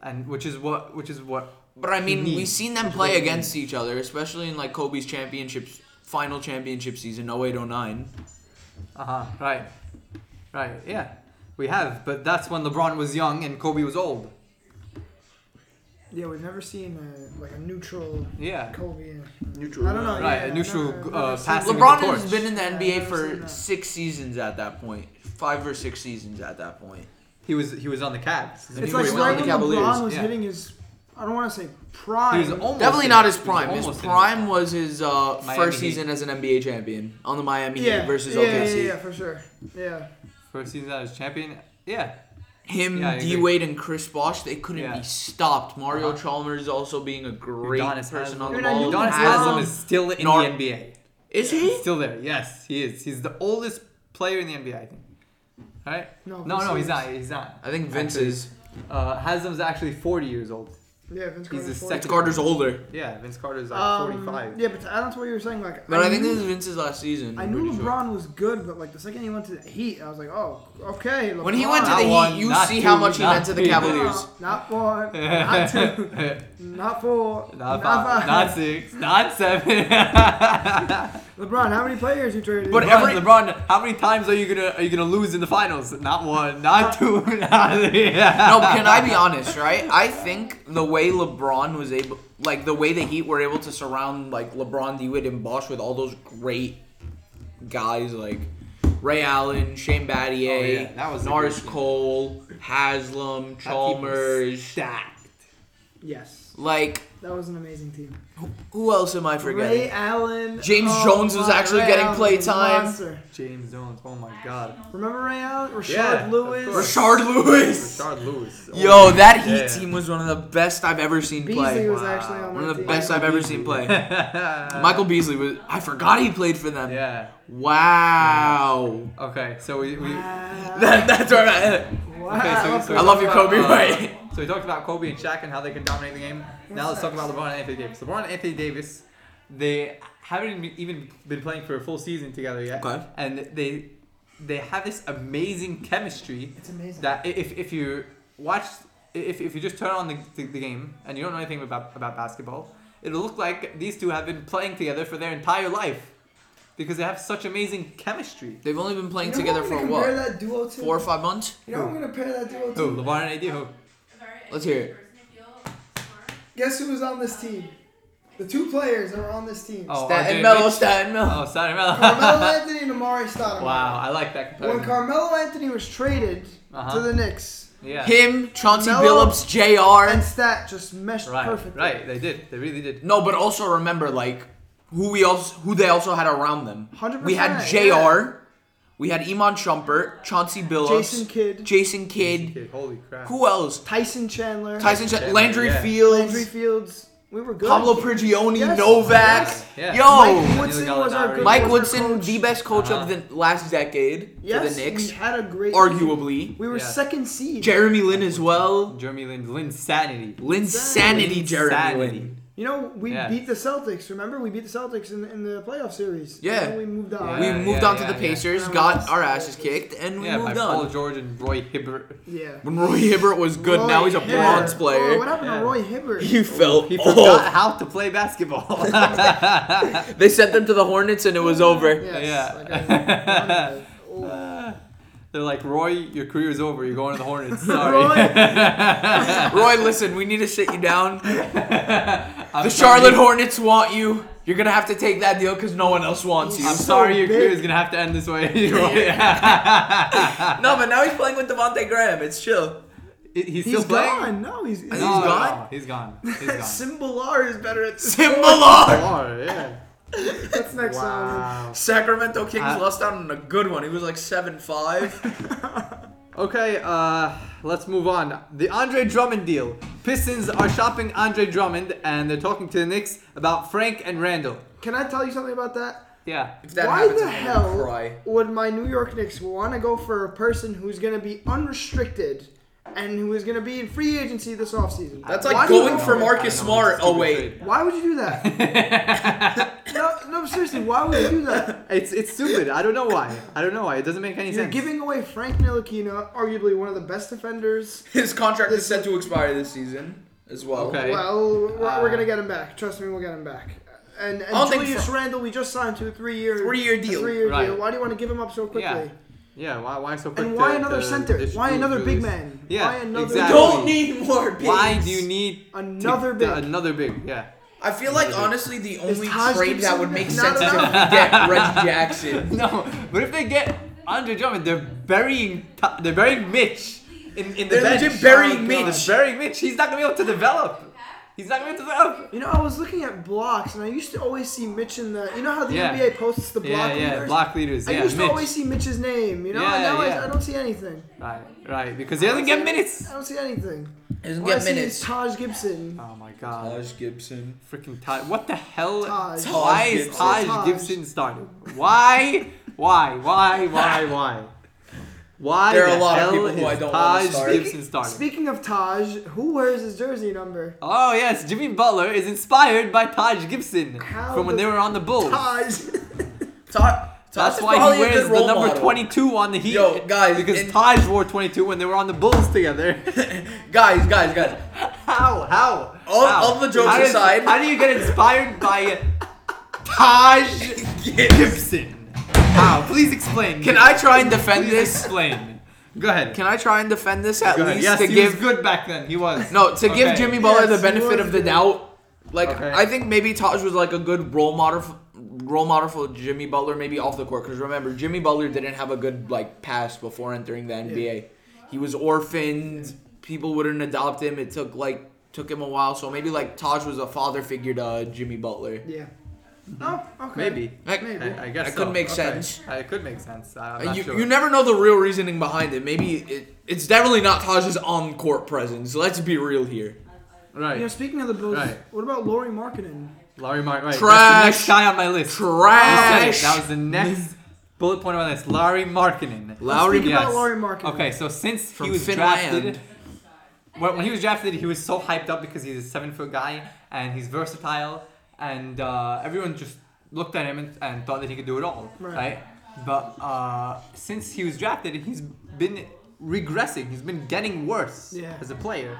S1: And which is what which is what.
S2: But I
S1: he
S2: mean, we've
S1: needs.
S2: seen them play against each other, especially in like Kobe's championships, final championship season, 0809.
S1: Uh huh. Right. Right. Yeah. We have, but that's when LeBron was young and Kobe was old.
S3: Yeah. We've never seen a, like a neutral
S1: Yeah.
S3: Kobe. and-
S2: Neutral,
S3: I don't know.
S1: Right,
S3: yeah,
S1: a neutral,
S3: I've never-
S1: uh,
S3: I've never
S1: passing
S3: seen-
S1: the
S2: LeBron
S1: torch.
S2: has been in the
S3: Yeah,
S2: NBA
S3: I've seen
S2: for
S3: that.
S2: six seasons at that point, five or six seasons at that point.
S1: He was he was on the Cavs.
S2: It's
S3: It's
S2: Anyway,
S3: like
S2: we went
S3: right
S2: with
S3: when
S2: the Cavaliers,
S3: LeBron was
S1: yeah.
S3: hitting his. I don't want to say prime.
S1: He was almost
S2: Definitely
S1: in
S2: not
S1: it.
S2: his
S1: He was
S2: prime. His
S1: almost in it.
S2: prime was his uh,
S1: Miami
S2: first
S1: Heat.
S2: season as an NBA champion on the Miami
S3: yeah.
S2: Heat versus
S3: yeah,
S2: OKC.
S3: Yeah, yeah, for sure. Yeah.
S1: First season as champion. Yeah.
S2: Him,
S1: Yeah, I
S2: D
S1: agree.
S2: Wade, and Chavez, Bosh, they couldn't
S1: Yeah.
S2: be stopped. Mario
S1: Uh-huh.
S2: Chalmers also being a great
S1: Udonis
S2: person on the ball.
S3: Haslam.
S1: Udonis Haslam is still in
S2: Nor-
S1: the NBA.
S2: Is
S1: He's
S2: he?
S1: still there. Yes, he is. He's the oldest player in the NBA, I think. All right?
S3: No,
S1: No,
S3: Vince
S1: no, he's
S3: is-
S1: not. He's not.
S2: I think Vince
S1: Actually,
S2: is.
S1: Uh, Haslam's actually 40 years old.
S3: Yeah. Vince
S1: He's the
S3: Carter's
S1: second-
S2: Vince Carter's older.
S1: Yeah, Vince Carter's like
S3: Um,
S1: 45.
S3: Yeah, but to add on to what you were saying, like.
S2: But I think
S3: knew-
S2: this is Vince's last season.
S3: I
S2: I'm
S3: knew
S2: pretty sure.
S3: LeBron was good, but like the second he went to the Heat, I was like, oh, okay. LeBron.
S2: When he went to
S1: Not
S2: the
S1: one,
S2: Heat, you
S1: not
S2: see
S1: two,
S2: how much he
S1: not
S2: meant to the
S1: three.
S2: Cavaliers.
S1: <laughs>
S3: not one, not two, not four,
S2: <laughs>
S3: <laughs>
S1: Not five, not six, not seven.
S3: LeBron, how many players you traded?
S1: But
S2: LeBron-
S1: every LeBron, how many times are you gonna are you gonna lose in the finals? Not one, not two, <laughs> not yeah.
S2: No,
S1: <laughs>
S2: can I be honest, right? I think the way LeBron was able, like the way the Heat were able to surround like LeBron, DeWitt, and Bosch with all those great guys like Ray Allen, Shane Battier,
S1: Oh, yeah, that was a
S2: Norris
S1: good team.
S2: Cole, Haslam,
S1: That team was
S2: Chalmers.
S1: stacked.
S3: yes,
S2: Like
S3: that was an amazing team.
S2: who else am I forgetting?
S3: Ray Allen.
S2: James Jones was
S3: my-
S2: actually
S3: Ray
S2: getting
S3: Allen
S2: play
S3: was a
S2: time.
S3: monster.
S1: James Jones. Oh my God.
S3: Remember Ray Allen? Rashard
S1: Yeah, of
S3: Lewis.
S1: course.
S2: Rashard Lewis.
S1: Rashard Lewis. Oh
S2: Yo,
S1: my
S2: that Heat
S1: God.
S2: team was one of the best I've ever seen
S3: Beasley
S2: play.
S3: was
S1: Wow.
S3: actually on
S2: One
S3: that
S2: of the
S3: team.
S2: best I've ever seen play.
S1: Yeah.
S2: Michael Beasley was. I forgot he played for
S1: <laughs>
S2: them.
S1: Yeah. <laughs>
S2: Wow.
S1: Okay. So we,
S3: <laughs>
S1: we
S3: Wow.
S2: That, that's where I,
S3: Wow.
S1: so-
S2: I love you, Kobe.
S1: Uh,
S2: Right?
S1: So we talked about Kobe and Shaq and how they can dominate the game. Now let's talk about LeBron and Anthony Davis. LeBron and Anthony Davis, they haven't even been playing for a full season together yet,
S2: Okay.
S1: and they they have this amazing chemistry
S3: It's amazing.
S1: that i- if, if you watch if, if you just turn on the, the, the game and you don't know anything about about basketball, it'll look like these two have been playing together for their entire life because they have such amazing chemistry.
S2: They've only been playing
S3: You know
S2: together
S3: who
S2: for
S3: I'm gonna compare
S2: what?
S3: That duo to?
S2: Four or five months?
S3: You know, who I'm gonna pair that duo to.
S1: Who Oh, LeBron and AD? Who?
S2: Let's hear it.
S3: Guess who was on this team? The two players that were on this team.
S1: Oh,
S2: Stat
S1: RJ
S2: and Melo,
S1: Rich-
S2: Stat and Melo.
S1: Oh, sorry, Melo.
S3: <laughs> Carmelo Anthony and Amari Stoudemire.
S1: <laughs> wow, I like that
S3: When
S1: comparison.
S3: Carmelo Anthony was traded
S1: Uh-huh.
S3: to the Knicks,
S1: Yeah.
S2: Him, Chauncey
S3: Melo
S2: Billups, JR.
S3: and Stat just meshed
S1: Right,
S3: perfectly.
S1: right. They did. They really did.
S2: no, but also remember like who we also who they also had around them.
S3: 100%,
S2: We had JR.
S3: yeah.
S2: We had Iman Shumpert, Chauncey Billups,
S3: Jason Kidd.
S2: Jason Kidd.
S1: Kid, holy crap.
S2: Who else?
S3: Tyson Chandler.
S2: Tyson, Ch-
S1: Yeah,
S2: Landry
S1: yeah.
S2: Fields,
S3: Landry Fields. We were good.
S2: Pablo Prigioni,
S3: Yes.
S2: Novak.
S1: Yeah.
S2: Yo,
S3: Mike Woodson was our good
S2: Mike
S3: was our
S2: Woodson,
S3: coach.
S2: the best coach of
S1: Uh-huh.
S2: the last decade
S3: Yes,
S2: for the Knicks,
S3: we had a great
S2: arguably.
S3: We were
S1: Yeah.
S3: second seed.
S2: Jeremy Lin as well.
S1: Jeremy Lin, Lin Sanity.
S2: Lin sanity, Jeremy
S1: Sanity.
S2: Lin.
S3: you know, we
S1: Yeah.
S3: beat the Celtics. Remember, we beat the Celtics in, in the playoff series.
S2: Yeah.
S3: And then we moved on.
S2: We
S1: Uh, Yeah,
S2: moved
S1: yeah,
S2: on
S1: yeah,
S2: to the
S1: yeah.
S2: Pacers,
S3: Yeah,
S2: got
S3: we-
S2: our asses kicked, and we
S1: Yeah, by
S2: moved
S1: Paul
S2: on.
S1: George and Roy Hibbert.
S3: yeah.
S2: When Roy Hibbert was good, now
S3: Roy
S2: he's a
S3: Hibbert.
S2: bronze
S3: Oh, what
S2: player.
S3: happened
S1: Yeah.
S3: to Roy
S2: <laughs>
S3: Hibbert?
S2: You felt
S1: He
S2: old.
S1: forgot how to play basketball. <laughs>
S2: They sent them to the Hornets, and it was over.
S3: Yes,
S2: <laughs>
S1: Yeah.
S3: like
S1: <laughs>
S3: I- Oh.
S1: They're like, Roy, your career's over. You're going to the Hornets.
S3: Roy,
S1: Sorry.
S2: Roy, listen, we need to sit you
S3: <laughs>
S2: down.
S1: <laughs> I'm
S2: The Charlotte
S1: sorry.
S2: Hornets want you. You're gonna have to take that deal because no one else wants you.
S1: I'm
S3: so
S1: sorry your
S3: big.
S1: career's going to have to end this way. <laughs>
S3: <laughs>
S2: No, but now he's playing with Devontae Graham. It's chill.
S1: he's still
S3: he's
S1: playing?
S3: gone. No, he's, he's
S1: No, no,
S2: gone?
S1: no, He's gone. He's gone.
S3: Simbalar is better
S2: <laughs>
S3: at.
S2: Timbalar.
S1: Lord, yeah.
S3: That's <laughs> next song.
S2: Sacramento Kings
S1: Uh,
S2: lost out on a good one. He was like seven five.
S1: Okay, uh, let's move on. The Andre Drummond deal. Pistons are shopping Andre Drummond, and they're talking to the Knicks about Frank and Randall.
S3: Can I tell you something about that?
S1: Yeah.
S3: Why the hell would my New York Knicks want to go for a person who's going to be unrestricted and who is going to be in free agency this offseason?
S2: That's
S3: Why
S2: like
S3: do you
S2: going
S3: go
S2: for
S3: it?
S2: Marcus
S1: I know,
S2: Smart.
S1: it's a
S2: Oh
S1: stupid
S2: wait,
S1: trade.
S3: Why would you do that?
S1: <laughs>
S3: no, no, seriously, why would you do
S2: <laughs>
S3: that?
S1: It's it's stupid. I don't know why. I don't know why. It doesn't make any
S3: You're
S1: sense.
S3: giving away Frank Nilakina, arguably one of the best defenders.
S2: his contract is set to expire this season as well.
S1: Okay.
S3: Well, we're, we're
S1: Uh,
S3: gonna get him back. Trust me, we'll get him back. And,
S2: I don't
S3: and
S2: think
S3: Julius
S2: so.
S3: Randle, we just signed to a three-year,
S2: Three-year
S3: a
S2: deal.
S3: three-year
S1: Right.
S3: deal. Why do you want to give him up so quickly?
S1: Yeah. yeah. Why why so uh, quick?
S3: And
S1: to-
S3: why another
S1: to
S3: center?
S1: dis-
S3: Why
S1: do-
S3: another
S1: do
S3: big
S1: this?
S3: man?
S1: Yeah,
S3: Why another?
S2: We
S1: exactly.
S2: don't need more. Bigs.
S1: Why do you need to-
S3: Another big.
S1: another big? Yeah.
S2: I feel like honestly the only
S3: Taj
S2: trade that
S3: Gibson
S2: would make
S3: not
S2: sense is if we
S3: enough?
S2: get Reggie Jackson.
S1: <laughs> No, but if they get Andre Drummond, they're burying T- they're burying Mitch in, in the
S2: They're
S1: bench.
S2: legit burying
S1: Oh, God.
S2: Mitch.
S1: They're burying Mitch. He's not gonna be able to develop. He's not gonna be able to develop.
S3: You know, I was looking at blocks, and I used to always see Mitch in the. You know how the
S1: Yeah.
S3: NBA posts the block
S1: yeah, yeah,
S3: leaders?
S1: block leaders.
S3: I
S1: Yeah,
S3: used
S1: Mitch.
S3: to always see Mitch's name. You know,
S1: Yeah,
S3: and now
S1: yeah.
S3: I, I don't see anything.
S1: Right, right, because he doesn't get minutes.
S3: I don't see anything.
S2: Doesn't
S3: All I
S2: get
S3: see is
S2: minutes.
S3: Taj Gibson.
S1: Oh my god,
S2: Taj Gibson.
S1: freaking Taj! What the hell?
S3: Taj.
S1: Why is
S2: Gibson.
S1: Taj,
S3: Taj.
S1: Gibson starting? Why? Why? Why? Why? Why? Why?
S2: There are a
S1: the
S2: lot
S1: hell
S2: of people who
S1: is
S2: I don't wanna
S1: Taj
S2: start.
S1: Gibson starting.
S3: Speaking of Taj, who wears his jersey number?
S1: Oh yes, Jimmy Butler is inspired by Taj Gibson
S3: How
S1: from when
S3: does
S1: they were on the Bulls.
S3: Taj.
S2: Taj.
S1: That's why he wears the number 22 on the Heat.
S2: Yo, guys,
S1: because
S2: and-
S1: Taj wore 22 when they were on the Bulls together.
S2: <laughs>
S1: <laughs>
S2: Guys, guys, guys.
S1: how? How?
S2: All-
S1: how?
S2: all the jokes
S1: how does-
S2: aside- <laughs>
S1: how do you get inspired by
S2: Taj.
S1: Gibson. How? Please explain.
S2: Can I try and defend
S1: Please <laughs>
S2: this?
S1: explain. Go ahead.
S2: Can I try and defend this at
S1: Go ahead.
S2: least
S1: Yes,
S2: to
S1: he
S2: give
S1: was good back then. He was.
S2: No, to
S1: Okay.
S2: give Jimmy Butler
S3: Yes,
S2: the
S3: he
S2: benefit
S3: was
S2: of the
S3: good.
S2: doubt, like
S1: Okay.
S2: I think maybe Taj was like a good role model, f- role model for Jimmy Butler, maybe off the court. Because remember, Jimmy Butler didn't have a good like past before entering the NBA. He was orphaned. People wouldn't adopt him. It took like took him a while. So maybe like Taj was a father figure to uh, Jimmy Butler.
S3: <laughs> Yeah. No. Okay.
S1: Maybe.
S2: Like,
S3: Maybe.
S1: I, I guess
S2: That could
S1: so.
S2: make
S1: Okay.
S2: sense.
S1: Uh, It could make sense. I'm
S2: Uh,
S1: not
S2: you,
S1: sure.
S2: you never know the real reasoning behind it. Maybe it, it's definitely not Taj's on court presence. Let's be real here.
S3: You know,
S1: right.
S3: speaking of the Bulls,
S1: Right.
S3: what about Laurie Markkinen?
S1: Larry Mark. Right.
S2: Trash.
S1: That's the next guy on my list. You said it.
S2: Trash.
S1: That was the next bullet point on my list. Larry Markkinen.
S2: Lowry
S3: Speaking about
S1: Yes.
S3: Laurie Markkinen.
S1: Okay, so since
S2: From
S1: he was
S2: Finland.
S1: drafted, when, when he was drafted, he was so hyped up because he's a seven foot guy and he's versatile, and uh, everyone just looked at him and, and thought that he could do it all, right?
S3: Right.
S1: But uh, since he was drafted, he's been regressing. He's been getting worse
S3: Yeah.
S1: as a player,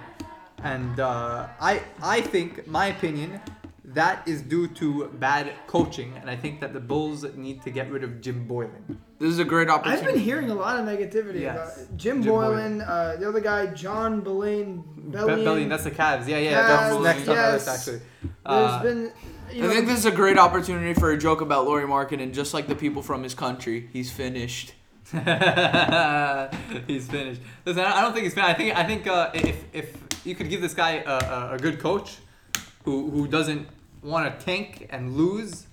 S1: and uh, I I think my opinion. That is due to bad coaching, and I think that the Bulls need to get rid of Jim Boylan.
S2: This is a great
S3: I've
S2: opportunity.
S3: been hearing a lot of negativity
S1: Yes.
S3: about it. Jim,
S1: Jim
S3: Boylan, uh, the other guy, John Belaine. Bellion.
S1: Be- Bellion, that's the Cavs. Yeah, yeah, that was
S3: Cavs,
S1: next on my list
S3: yes.
S1: actually.
S3: There's
S1: Uh,
S3: been, you know,
S2: I think this is a great opportunity for a joke about Laurie Markin, and just like the people from his country, he's finished.
S1: uh, <laughs> he's finished. Listen, I I don't think he's finished. I think I think uh, if if you could give this guy a, a, a good coach, who who doesn't want to tank and lose,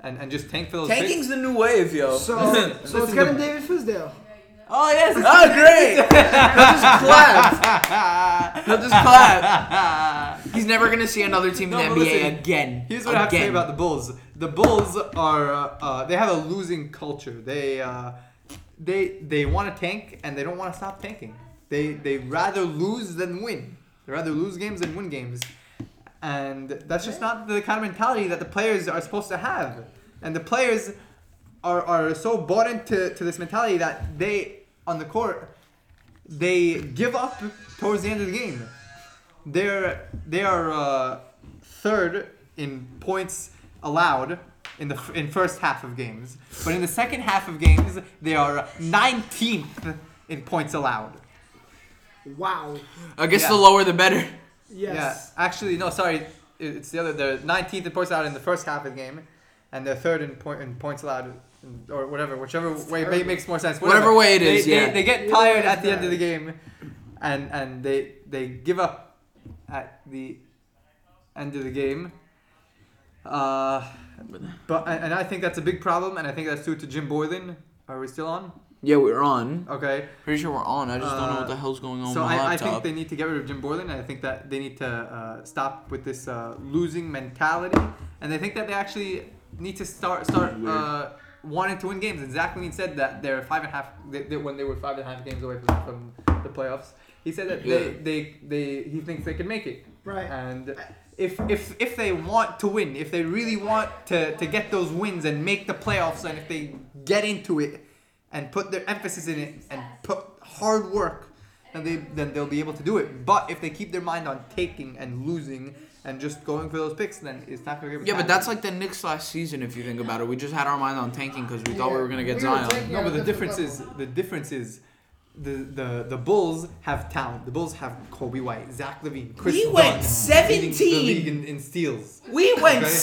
S1: and, and just tank for those. picks-
S2: the new wave,
S1: <laughs>
S2: yo.
S3: so
S1: Listen,
S3: so let's
S1: listen
S3: get
S1: to-
S3: him David Fisdale.
S1: Oh yes.
S2: oh, great! He'll just clap. He'll just clap. He's never gonna see another team
S1: No,
S2: in
S1: but
S2: the NBA
S1: listen,
S2: again.
S1: Here's what
S2: again.
S1: I have to say about the Bulls. The Bulls are uh, uh, they have a losing culture. They uh, they they want to tank and they don't want to stop tanking. They they rather lose than win. They rather lose games than win games, and that's just not the kind of mentality that the players are supposed to have. And the players are, are so bought into to this mentality that they on the court they give up towards the end of the game. They're they are uh, third in points allowed in the f- in first half of games, but in the second half of games they are 19th in points allowed.
S3: Wow.
S2: I guess
S1: Yeah.
S2: the lower the better.
S3: Yes.
S1: Yeah, actually no, sorry, it- it's the other. They're 19th in points allowed in the first half of the game, and they're third in point in points allowed. in- Or whatever, whichever way may-
S3: terrible.
S1: makes more sense.
S2: Whatever way it
S1: They-
S2: is,
S1: they,
S2: yeah.
S1: they get
S3: Either way
S1: tired
S3: is
S1: at the end
S3: bad.
S1: of the game, and and they they give up at the end of the game. Uh, but and and I think that's a big problem, and I think that's due to Jim Boylan. Are we still on?
S2: Yeah, we're on.
S1: Okay.
S2: Pretty sure we're on. I just don't know what
S1: Uh,
S2: the hell's going on
S1: So
S2: with my
S1: I, I
S2: laptop.
S1: think they need to get rid of Jim Boylan, and I think that they need to uh, stop with this uh, losing mentality, and I think that they actually need to start start
S2: Weird.
S1: uh, wanting to win games. And Zach Levine said that they're five and a half they, they, when they were five and a half games away from, from the playoffs. He said that they,
S2: Yeah.
S1: they they he thinks they can make it,
S3: Right.
S1: and if if if they want to win, if they really want to to get those wins and make the playoffs, and if they get into it and put their emphasis in it and put hard work, then they then they'll be able to do it. But if they keep their mind on taking and losing and just going for those picks, then it's not gonna. be able to
S2: yeah, but
S1: happen.
S2: that's like the Knicks last season. If you think about it, we just had our mind on tanking because we thought we
S3: Yeah.
S2: were gonna get
S3: We were
S2: Zion.
S3: tanking.
S1: No, but the difference
S3: Different
S1: is the difference is the the the Bulls have talent. The Bulls have Kobe White, Zach Levine, Chris
S2: We went
S1: Dunn, leading the
S2: 17.
S1: league in, in steals.
S2: We went
S1: Okay.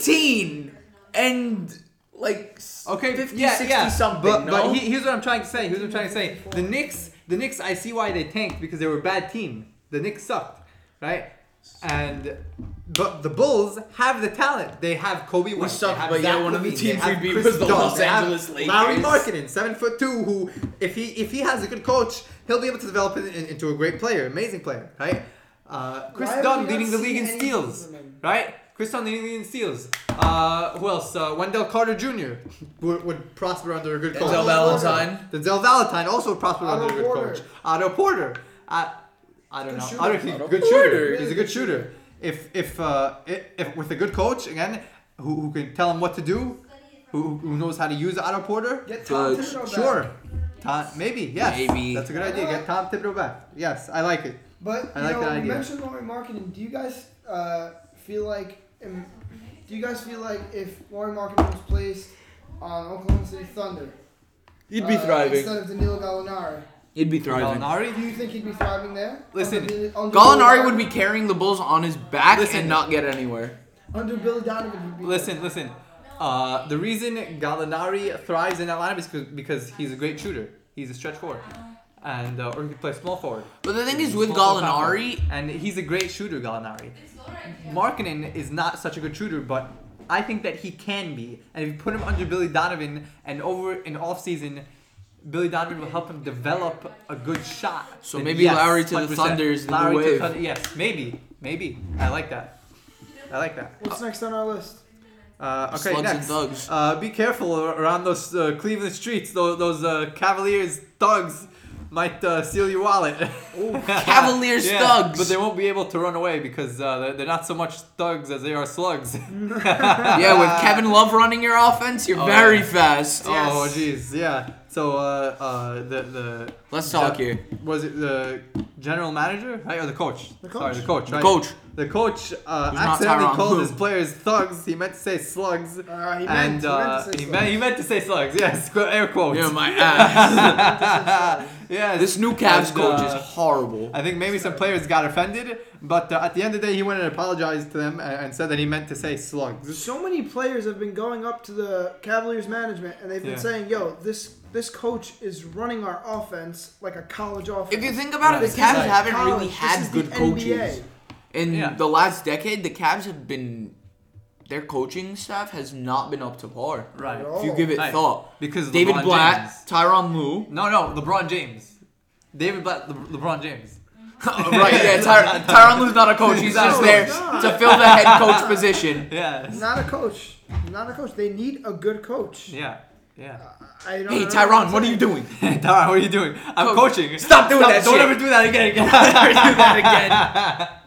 S2: 17 and like s-
S1: Okay,
S2: 50,
S1: yeah,
S2: 60
S1: yeah.
S2: something.
S1: But,
S2: no?
S1: but he, here's what I'm trying to say. Here's what I'm trying to say. The Knicks, the Knicks. I see why they tanked because they were a bad team. The Knicks sucked, right? And but the Bulls have the talent. They have Kobe. White,
S2: sucked,
S1: they have
S2: but yeah,
S1: Zach
S2: one of the
S1: Levine,
S2: teams
S1: they have
S2: we beat
S1: Chris
S2: was the
S1: Dunn,
S2: Los
S1: they have
S2: Angeles Lakers.
S1: Larry Markkinen, seven foot two, who if he if he has a good coach, he'll be able to develop in, in- into a great player, amazing player, right? Uh, Chris
S3: Why have we
S1: Dunn
S3: not
S1: leading the
S3: seen
S1: league in
S3: anything
S1: steals,
S3: from him?
S1: right? Chris Dunn leading the league in steals. Uh, who else? Uh, Wendell Carter Jr. <laughs> would, would prosper under a good coach.
S2: Denzel Valentine.
S1: Denzel Valentine also prospered under a
S3: Otto
S1: good
S3: Porter.
S1: coach. Otto Porter. I, I don't
S3: Good
S1: know.
S3: shooter.
S1: Otto, he's a
S2: Otto
S1: good
S2: Porter.
S1: shooter. He's
S3: Really
S1: a good
S3: good
S1: shooter. If if uh, if, if with a good coach again, who, who can tell him what to do, who, who knows how to use Otto Porter.
S3: Get Tom
S2: Uh,
S3: Thibodeau back.
S1: Sure. Tom, maybe yes.
S2: Maybe.
S1: That's a good idea. Get Tom Thibodeau back. Yes, I like it.
S3: But
S1: I
S3: you
S1: like
S3: know,
S1: that
S3: you
S1: idea.
S3: mentioned Laurie Marketing. Do you guys uh, feel like? Um, do Do you guys feel like if Laurie Marketing was placed on Oklahoma City Thunder
S2: He'd be
S3: uh,
S2: thriving.
S3: instead of Danilo Gallinari,
S2: He'd be thriving.
S3: do
S1: Gallinari?
S3: you think he'd be thriving there?
S1: Listen,
S3: under, Billy- under
S2: Gallinari
S3: Billy-
S2: would be carrying the Bulls on his back
S1: Listen.
S2: and not get anywhere.
S3: under Billy Donovan. He'd be
S1: Listen, listen. Uh, the reason Gallinari thrives in that lineup is 'cause- because he's a great shooter. He's a stretch forward, and uh, or he could play small forward.
S2: But the thing is,
S1: He's
S2: with
S1: a small forward, power forward.
S2: Gallinari,
S1: and he's a great shooter, Gallinari. Markkinen is not such a good shooter, but I think that he can be. And if you put him under Billy Donovan and over in off season, Billy Donovan will help him develop a good shot.
S2: So
S1: Then
S2: maybe Lowry to
S1: 100%.
S2: the Thunder is the new
S1: Lowry to
S2: wave.
S1: Thunder- yes, maybe, maybe. I like that. I like that.
S3: What's next on our list?
S1: Uh, okay,
S2: Slugs and
S1: next. <laughs>
S2: thugs.
S1: Uh, be careful ar- around those uh, Cleveland streets. Those, those uh, Cavaliers thugs might uh, steal your wallet. <laughs>
S2: Cavaliers
S1: Yeah,
S2: thugs.
S1: But they won't be able to run away because uh, they're, they're not so much thugs as they are slugs. <laughs>
S2: Mm, yeah, with Kevin Love running your offense, you're
S1: Ah. Oh,
S2: very
S1: yeah.
S2: fast.
S1: Oh, jeez, yeah. So uh, uh, the the
S2: Let's talk here.
S1: was it the general manager right or the coach?
S3: The
S1: Sorry,
S3: coach.
S1: the coach.
S2: The
S1: right?
S2: coach.
S1: The coach uh,
S2: Who's not
S1: accidentally
S2: Tyronn
S1: called
S2: Lue. <laughs>
S1: his players thugs. He meant to say slugs.
S3: Uh, he meant,
S1: and uh,
S3: he meant to say
S1: he, meant, he meant to say slugs, yes, <laughs> qu- air quotes.
S2: Yeah, <laughs> my ass.
S1: yeah,
S2: this new Cavs
S1: And,
S2: coach is
S1: uh,
S2: horrible.
S1: I think maybe some players got offended, but uh, at the end of the day, he went and apologized to them and, and said that he meant to say slugs.
S3: So many players have been going up to the Cavaliers management and they've been
S1: Yeah.
S3: saying, "Yo, this this coach is running our offense like a college offense."
S2: If you think about it,
S1: Right.
S2: the Cavs
S1: Right.
S2: haven't
S3: College,
S2: really
S3: this
S2: had
S3: is
S2: good
S3: the NBA.
S2: coaches. In
S1: Yeah.
S2: the last decade, the Cavs have been. Their coaching staff has not been up to par.
S1: Right.
S2: If you give it
S1: Right.
S2: thought.
S1: Because
S2: David
S1: LeBron
S2: Blatt,
S1: James.
S2: Tyron Lue.
S1: No, no, LeBron James. David Blatt, Le- LeBron James.
S2: right, yeah, Ty- Tyron Lue's not a coach. He's
S1: No,
S2: just there
S3: he's not.
S2: to fill the head coach position.
S1: Yeah.
S3: Not a coach. Not a coach. They need a good coach.
S1: Yeah. Yeah. <laughs>
S3: I don't
S2: Hey,
S3: know
S2: Tyron, what are you
S3: saying.
S2: doing?
S1: Tara, what are you doing? I'm
S2: Coach,
S1: coaching.
S2: Oh, stop doing that
S1: Don't
S2: shit.
S1: ever do that again. <laughs>
S2: Never do that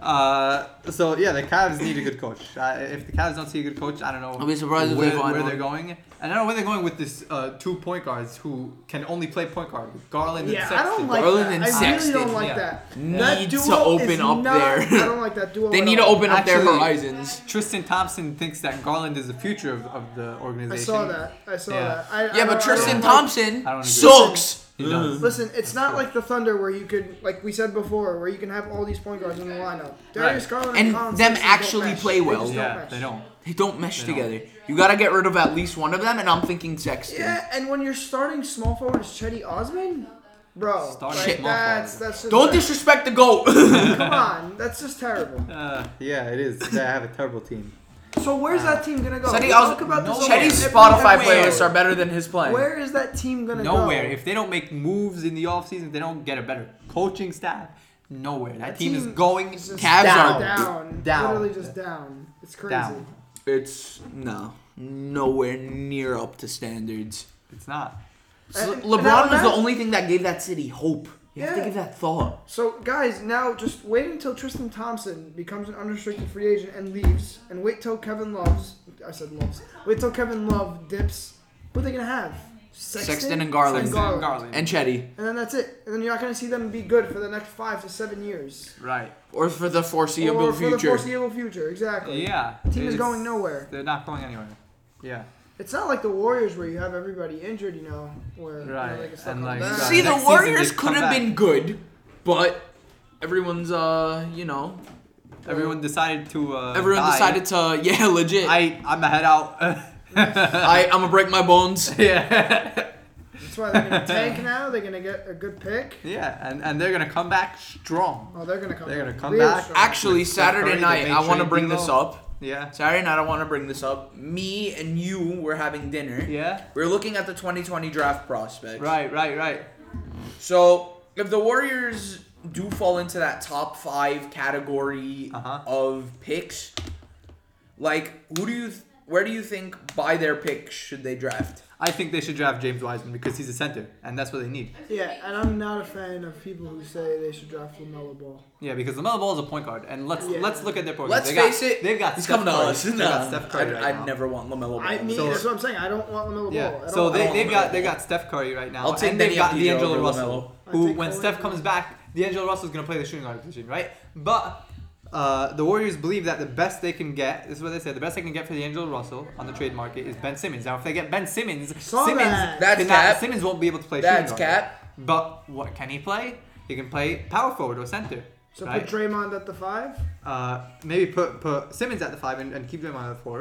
S1: Uh, so yeah, the Cavs need a good coach. Uh, if the Cavs don't see a good coach, I don't know.
S2: I'll be surprised if
S1: where,
S2: they find
S1: where
S2: one.
S1: they're going. And I don't know where they're going with this uh, two point guards who can only play point guard. Garland
S3: Yeah,
S1: and
S3: I
S1: Sexton.
S3: don't like
S2: Garland
S3: that.
S2: and
S3: I
S2: Sexton,
S3: really don't like
S1: yeah.
S3: that.
S2: again.
S3: That
S2: Needs to
S3: duo
S2: open
S3: is
S2: up
S3: not- I
S2: there.
S3: don't like that duo.
S2: they
S3: at
S2: need to
S3: all.
S2: open up their
S1: Actually-
S2: horizons.
S1: Tristan Thompson thinks that Garland is the future of, of the organization.
S3: I saw that. I saw
S1: Yeah.
S3: that. I, I
S2: Yeah,
S3: don't- I
S2: but Tristan
S3: don't like-
S2: Thompson
S1: I don't agree.
S2: sucks.
S1: He does.
S3: Listen, it's not like the Thunder where you could, like we said before, where you can have all these point guards in the lineup.
S1: Right.
S3: Darius Garland
S2: And
S3: Collin
S2: them
S3: Sexton don't
S2: actually
S3: mesh.
S2: play
S3: They
S2: well.
S3: just
S1: Yeah,
S3: mesh.
S1: they don't.
S2: They don't mesh
S1: They don't.
S2: together. You gotta get rid of at least one of them, and I'm thinking Sexton.
S3: Yeah, and when you're starting small forward as Chetty Osman, bro,
S1: Starting
S3: like,
S1: small
S3: that's
S1: forward.
S3: that's just
S2: Don't
S3: like,
S2: disrespect the <laughs> goat.
S3: Come on, that's just terrible.
S1: Uh, <laughs> yeah, it is. They have a terrible team.
S3: So where's
S1: Uh,
S3: that team gonna go?
S2: Chetty
S3: We talk
S2: Os-
S3: about this all
S2: Chetty's
S3: the time.
S2: Spotify
S3: Everywhere.
S2: playlists are better than his playing.
S3: Where is that team gonna go?
S1: Nowhere. If they don't make moves in the offseason, if they don't get a better coaching staff. Nowhere. That
S3: That
S1: team, is
S3: team
S1: going
S3: It's just
S2: Cavs
S3: down,
S2: are
S3: down,
S1: down.
S3: literally just down. It's crazy.
S1: Down.
S2: It's no, nowhere near up to standards.
S1: It's not.
S2: So
S3: And- and now
S2: LeBron was the
S3: imagine-
S2: only thing that gave that city hope. You have to
S3: Yeah.
S2: give that thought.
S3: So guys, now just wait until Tristan Thompson becomes an unrestricted free agent and leaves, and wait till Kevin Love's. I said Love's. Wait till Kevin Love dips. Who are they gonna have? Sexton,
S2: and Garland.
S1: Sexton and Garland.
S2: And Chetty,
S3: And then that's it. And then you're not gonna see them be good for the next five to seven years.
S1: right.
S2: or for the foreseeable
S3: or for the
S2: future.
S3: foreseeable future, exactly.
S1: Yeah.
S3: Team is
S1: it's-
S3: going nowhere.
S1: They're not going anywhere. Yeah.
S3: It's not like the Warriors where you have everybody injured, you know, where you know,
S1: Right,
S3: they can still
S1: and
S3: come
S1: like,
S3: back.
S1: uh,
S2: See,
S1: next
S2: the
S1: season
S2: Warriors
S1: they
S2: could
S1: come
S2: have
S1: back.
S2: been good, but everyone's uh, you know,
S1: Everyone decided to. Uh,
S2: everyone
S1: die.
S2: decided to <laughs> yeah, legit. I,
S1: I I'm a head out.
S2: <laughs> I I'm gonna break my bones.
S1: <laughs> yeah.
S3: That's why they're gonna tank now. They're gonna get a good pick.
S1: Yeah, and, and they're gonna come back strong.
S3: Oh, they're gonna come.
S1: They're gonna
S3: back
S1: come
S3: real
S1: back.
S3: strong.
S2: Actually,
S1: Steph Curry,
S2: Saturday
S1: the
S2: night
S1: main
S2: I want to
S1: trade
S2: bring this
S1: deal.
S2: up.
S1: Yeah.
S2: Saturday night I want to bring this up. Me and you were having dinner.
S1: Yeah.
S2: We We're looking at the 2020 draft prospects.
S1: Right. Right. Right.
S2: So if the Warriors do fall into that top five category
S1: Uh-huh.
S2: of picks, like who do you, th- where do you think by their pick should they draft?
S1: I think they should draft James Wiseman because he's a center, and that's what they need.
S3: Yeah, and I'm not a fan of people who say they should draft Lamelo Ball.
S1: Yeah, because Lamelo Ball is a point guard, and let's
S3: Yeah.
S1: let's look at their point.
S2: Let's
S1: they
S2: face
S1: got,
S2: it,
S1: They've got
S2: He's
S1: Steph
S2: coming to
S1: Curry.
S2: us.
S1: They've
S2: No,
S1: got Steph Curry
S2: I'd,
S1: right
S2: I'd
S1: now.
S2: never want Lamelo Ball.
S3: I mean,
S1: So-
S3: that's what I'm saying. I don't want Lamelo Ball.
S1: Yeah.
S3: at
S1: So
S3: all.
S1: they
S2: want
S1: they've got
S2: Lamelo
S1: they've
S2: Ball.
S1: got Steph Curry right now,
S2: I'll take
S1: and they've
S2: Denny
S1: got
S2: Avdija
S1: D'Angelo
S2: over
S1: Russell,
S3: I
S1: who
S3: think
S1: when
S3: Owen
S1: Steph
S3: Wilson.
S1: comes back, D'Angelo Russell is gonna play the shooting guard position, right? But Uh, the Warriors believe that the best they can get, this is what they said, the best they can get for the Angel Russell on the trade market is Ben Simmons. Now, if they get Ben Simmons,
S3: Saw
S1: Simmons,
S3: that.
S2: That's
S1: cannot-
S2: cap.
S1: Simmons won't be able to play
S2: That's
S1: shooting guard.
S2: cap.
S1: But what can he play? He can play power forward or center.
S3: So
S1: right?
S3: put Draymond at the five.
S1: uh, maybe put put Simmons at the five and, and keep Draymond at the four,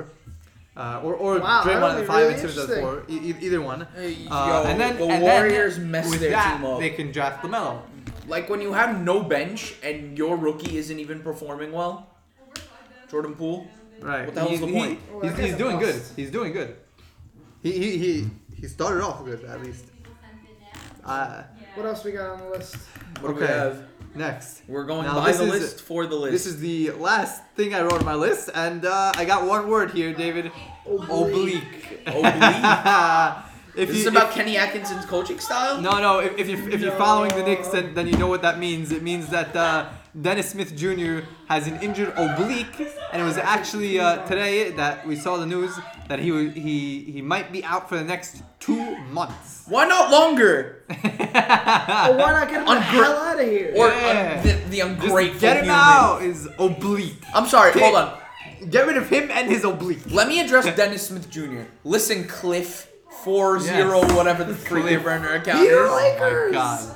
S1: uh, or or
S3: Wow, that would
S1: Draymond at
S3: be
S1: the five
S3: really
S1: and Simmons at the four, e- e- either one.
S2: Hey,
S1: Uh,
S2: yo,
S1: and then
S2: the
S1: and then
S2: Warriors messed
S1: with
S2: their
S1: that,
S2: team up.
S1: They can draft Lamelo.
S2: Like when you have no bench and your rookie isn't even performing well. Jordan Poole.
S1: Right.
S2: What the hell's
S1: He-
S2: the
S1: he-
S2: point?
S3: Well,
S1: he's
S3: that
S1: he's
S3: guy's a
S1: doing good.
S3: bust.
S1: He's doing good. He he he, he started off good at least. Uh,
S3: What else we got on the list?
S2: What do we
S1: Okay.
S2: have?
S1: next.
S2: We're going
S1: Now,
S2: by
S1: this
S2: the
S1: is-
S2: list for the list.
S1: This is the last thing I wrote on my list, and uh, I got one word here, David. Oblique. <laughs>
S2: Oblique.
S1: if
S2: Is Oh, this
S1: you-
S2: about Kenny Atkinson's coaching style?
S1: No, no. If, if you if you're following the Knicks, then, then you know what that means. It means that uh, Dennis Smith Jr. has an injured oblique, and it was actually uh, today that we saw the news that he wa- he he might be out for the next two months.
S2: Why not longer?
S3: Oh, why not get him the
S2: Ungr-
S3: hell out of here?
S2: Or
S1: Yeah.
S2: uh, the, the
S1: Just
S2: ungrateful
S1: get him
S2: human.
S1: out is oblique.
S2: I'm sorry,
S1: Get-
S2: hold on.
S1: Get rid of him and his oblique.
S2: Let me address Dennis Smith Jr. Listen, Cliff. 4-0,
S1: Yes.
S2: whatever the
S1: Cliff.
S2: Cliff burner account
S3: Peter
S2: is.
S1: Oh my
S3: Lakers.
S1: god.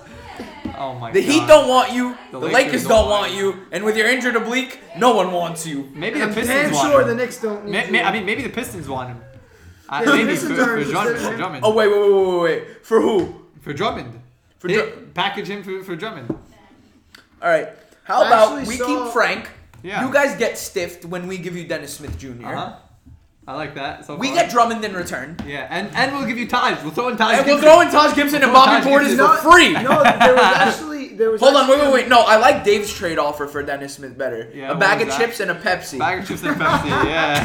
S1: Oh my
S2: The
S1: god.
S2: Heat don't want you.
S1: The
S2: The,
S1: Lakers
S2: Lakers,
S1: don't
S2: don't, want
S1: want
S2: you. And with your injured oblique, no one wants you.
S1: Maybe the
S3: I'm
S1: Pistons
S3: damn
S1: want
S3: sure
S1: him.
S3: the Knicks don't need
S1: Ma- ma-
S3: you.
S1: I mean, maybe the Pistons want him. Uh,
S3: Yeah, the
S1: maybe for,
S3: Pistons are
S1: for Drummond.
S3: interested in
S1: For
S3: him.
S1: Drummond.
S2: Oh wait, wait, wait, wait, wait, wait. For who?
S1: For Drummond.
S2: For
S1: They-
S2: Dru-
S1: package him for, for Drummond.
S2: All right. How
S3: I
S2: about
S3: actually
S2: we
S3: saw-
S2: keep Frank?
S1: Yeah.
S2: You guys get stiffed when we give you Dennis Smith junior
S1: Uh-huh. I like that. So
S2: We
S1: far.
S2: get Drummond in return.
S1: Yeah, and, and we'll give you Taj. We'll throw in Taj.
S2: And we'll
S1: Gibson.
S2: throw
S1: <laughs>
S2: in Taj Gibson and
S1: We'll throw
S2: Bobby
S1: Taj
S2: Portis
S1: Gibson.
S2: for free.
S3: No, there
S2: <laughs>
S3: was actually there was.
S2: Hold on, wait,
S3: actually
S2: wait, wait. No, I like Dave's trade offer for Dennis Smith better.
S1: Yeah,
S2: a
S1: what
S2: bag
S1: was that?
S2: of chips and a Pepsi.
S1: Bag of chips and Pepsi.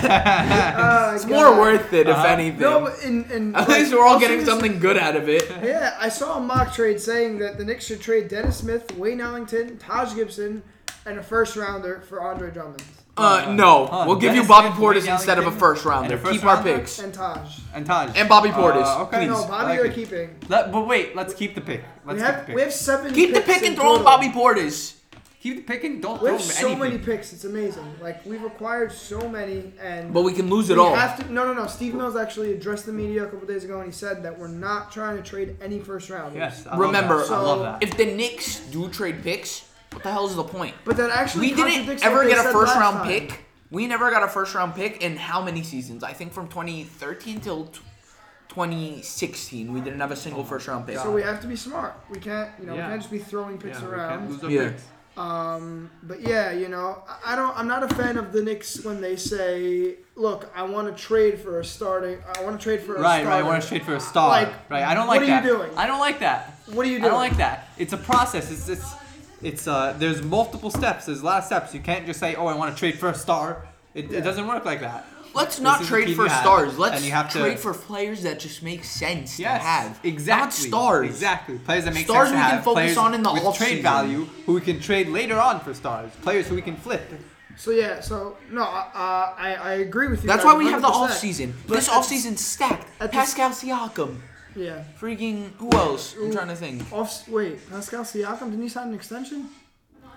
S1: Yeah.
S3: Uh,
S2: it's
S3: I
S2: more
S3: got-
S2: worth it,
S1: Uh-huh.
S2: if anything.
S3: No, but in in
S2: <laughs> At
S3: like,
S1: <laughs>
S2: least we're all
S3: also
S2: getting
S3: just-
S2: something good out of it.
S3: Yeah, I saw a mock trade saying that the Knicks should trade Dennis Smith, Wayne Ellington, Taj Gibson, and a first rounder for Andre Drummond
S2: Uh, no.
S1: Huh,
S2: we'll give you
S1: Dennis
S2: Bobby
S1: Smith,
S2: Portis
S1: Wayne
S2: instead of a
S1: Ellington,
S2: first
S1: and
S2: rounder.
S1: a first
S2: Keep our
S1: rounder?
S2: picks.
S3: and Taj.
S1: and Taj.
S2: And Bobby Portis,
S1: Uh, okay.
S3: No, Bobby
S1: I
S3: are
S1: like it.
S3: keeping.
S1: Let- but wait, let's keep the pick. Let's
S3: We
S1: keep the
S3: have
S1: pick.
S3: we have seven.
S2: Keep the
S3: picks
S2: pick
S3: in
S2: and throw in
S3: total.
S2: Bobby Portis.
S1: keep the pick and don't
S3: We
S1: throw
S3: have
S1: him
S3: so many
S1: anything.
S3: picks. It's amazing. Like we've acquired so many, and
S2: But we can lose it
S3: we
S2: all.
S3: have to. No, no, no. Steve Mills actually addressed the media a couple days ago, and he said that we're not trying to trade any first rounders.
S1: Yes. I
S2: Remember,
S1: love that. I love that.
S2: If the Knicks do trade picks, what the hell is the point?
S3: But that actually
S2: We didn't
S3: contradicts
S2: ever
S3: what they
S2: get a
S3: said
S2: first
S3: last
S2: round
S3: time.
S2: pick. We never got a first round pick in how many seasons? I think from 2013 till t- 2016, we didn't have a
S1: Oh
S2: single first round pick.
S3: So we have to be smart. We can't, you know,
S1: Yeah.
S3: we can't just be throwing
S1: Yeah,
S3: picks
S1: we can't
S3: around.
S1: lose our
S2: Yeah.
S1: picks.
S3: But yeah, you know, I- I don't. I'm not a fan of the Knicks when they say, "Look, I want to trade for a starting. I want to trade for a
S1: Right,
S3: starter."
S1: right. I want to trade for a star.
S3: Like,
S1: right. I don't
S3: what
S1: like
S3: are you
S1: that.
S3: doing?
S1: I don't like that.
S3: What are you
S1: I
S3: doing?
S1: don't like that. It's a process. It's it's it's uh. There's multiple steps. There's a lot of steps. You can't just say, oh, I want to trade for a star. It, it doesn't work like that.
S2: Let's
S1: This
S2: not
S1: is the
S2: trade
S1: team
S2: for
S1: you have,
S2: stars.
S1: and
S2: Let's
S1: you have to-
S2: trade for players that just make sense
S1: Yes,
S2: to have.
S1: exactly.
S2: Not stars.
S1: Exactly. Players that make
S2: Stars
S1: sense
S2: we
S1: to
S2: can
S1: have.
S2: focus
S1: Players
S2: on in the
S1: with
S2: off
S1: trade
S2: season.
S1: value who we can trade later on for stars. Players who we can flip.
S3: So yeah, so no, uh, I I agree with you.
S2: That's
S3: guys
S2: why we have the
S3: 100%.
S2: off season.
S3: But
S2: This
S3: at-
S2: off season stacked.
S3: at the-
S2: Pascal Siakam.
S3: Yeah.
S2: Freaking who else? I'm trying to think.
S3: Off. Wait, Pascal Siakam didn't he sign an extension?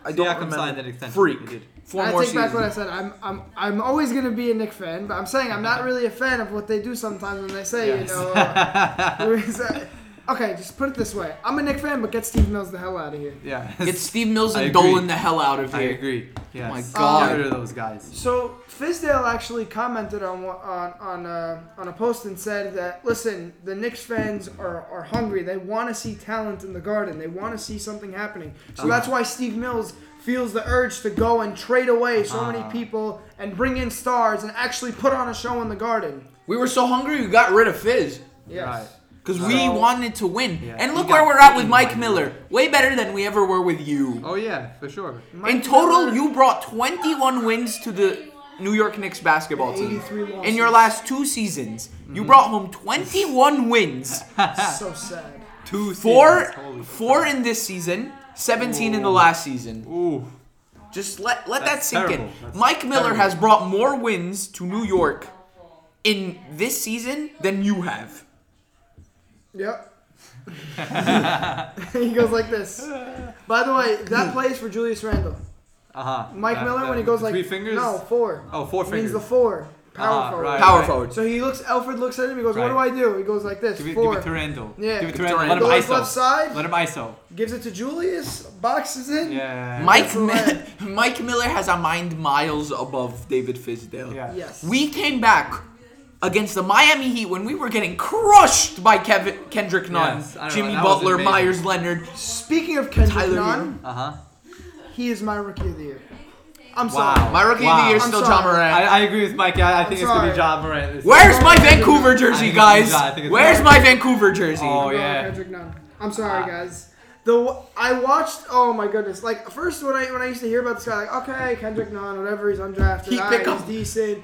S2: I
S1: Siakam signed an extension. He
S2: Freak.
S1: did.
S2: Four
S3: I
S2: more
S3: take
S2: seasons.
S3: back what I said. I'm I'm I'm always gonna be a Nick fan, but I'm saying I'm not really a fan of what they do sometimes when they say,
S1: Yes.
S3: you uh, <laughs> know. okay, just put it this way. I'm a Nick fan, but get Steve Mills the hell out of here.
S1: Yeah. <laughs>
S2: Get Steve Mills
S1: I
S2: and
S1: agree.
S2: Dolan the hell out of
S1: I
S2: here. Oh
S1: agree. Yes.
S2: my God.
S1: Get rid of those guys.
S3: So Fizdale actually commented on one- on on a, on a post and said that listen, the Knicks fans are, are hungry. They want to see talent in the Garden. They want to see something happening. So that's why Steve Mills feels the urge to go and trade away so
S2: Ah.
S3: many people and bring in stars and actually put on a show in the Garden.
S2: We were so hungry we got rid of Fizz.
S3: Yes.
S1: Right.
S2: Because we
S3: So-
S2: wanted to win.
S1: Yeah.
S2: and
S1: He
S2: look
S1: got
S2: where we're at with
S1: beaten by
S2: Mike
S1: you.
S2: Miller. Way better than we ever were with you.
S1: Oh yeah, for sure.
S2: In
S3: Mike
S2: total,
S3: Miller-
S2: you brought 21 wins to the New York Knicks basketball team.
S3: 83 losses.
S2: In your last two seasons,
S1: Mm-hmm.
S2: you brought home 21
S1: <laughs>
S2: wins.
S3: so sad.
S1: Two
S2: Four,
S1: seasons. Holy
S2: four in this season, 17 in the last season.
S1: Ooh.
S2: Just let let
S1: That's
S2: that sink
S1: terrible.
S2: in.
S1: That's
S2: Mike Miller
S1: terrible.
S2: has brought more wins to New York in this season than you have.
S3: Yep. <laughs> he goes like this. By the way, that plays for Julius Randle.
S1: Uh huh.
S3: Mike Miller when he goes like
S1: three fingers.
S3: No, four.
S1: Oh, four
S3: It
S1: fingers.
S3: means the four. Power
S1: Ah,
S3: forward.
S1: right.
S2: Power forward.
S3: So he looks. Alfred looks at him. He goes, "What do I
S1: Right.
S3: do?" He goes like this.
S1: Give it, give
S3: four.
S1: it to Randall.
S3: Yeah.
S1: Give it to
S2: Give it to
S1: Randall. Let him
S2: Randall.
S3: Goes left
S1: ISO.
S3: side.
S1: Let him ISO.
S3: gives it to Julius. Boxes in.
S1: Yeah.
S2: Mike
S3: That's right.
S2: Mi- <laughs> Mike Miller has a mind miles above David Fizdale.
S1: Yeah.
S3: Yes.
S2: We came back against the Miami Heat when we were getting crushed by Kevin Kendrick Nunn,
S1: Yes, I know,
S2: Jimmy
S1: that was
S2: Butler,
S1: amazing.
S2: Myers Leonard.
S3: Speaking of Kendrick
S2: Tyler
S3: Nunn,
S1: Uh huh.
S3: he is my rookie of the year. I'm
S1: Wow.
S3: sorry.
S2: My rookie of
S1: Wow.
S2: the year is
S3: I'm
S2: still
S3: sorry.
S2: John Moran.
S1: I, I agree with Mike. I, I think
S3: I'm
S1: it's gonna
S3: sorry.
S1: be John Morant. this-
S2: Where's my Vancouver
S1: I
S2: jersey,
S1: think it's
S2: guys?
S1: John. I think it's
S2: Where's
S1: John.
S2: my Vancouver jersey?
S1: Oh,
S3: Bro,
S1: yeah.
S3: Kendrick Nunn. I'm
S2: Ah.
S3: sorry, guys. The w- I watched. Oh my goodness! Like first when I when I used to hear about this guy, like okay, Kendrick Nunn, whatever, he's undrafted.
S2: He
S3: all
S2: pick
S3: right,
S2: up-
S3: he's decent.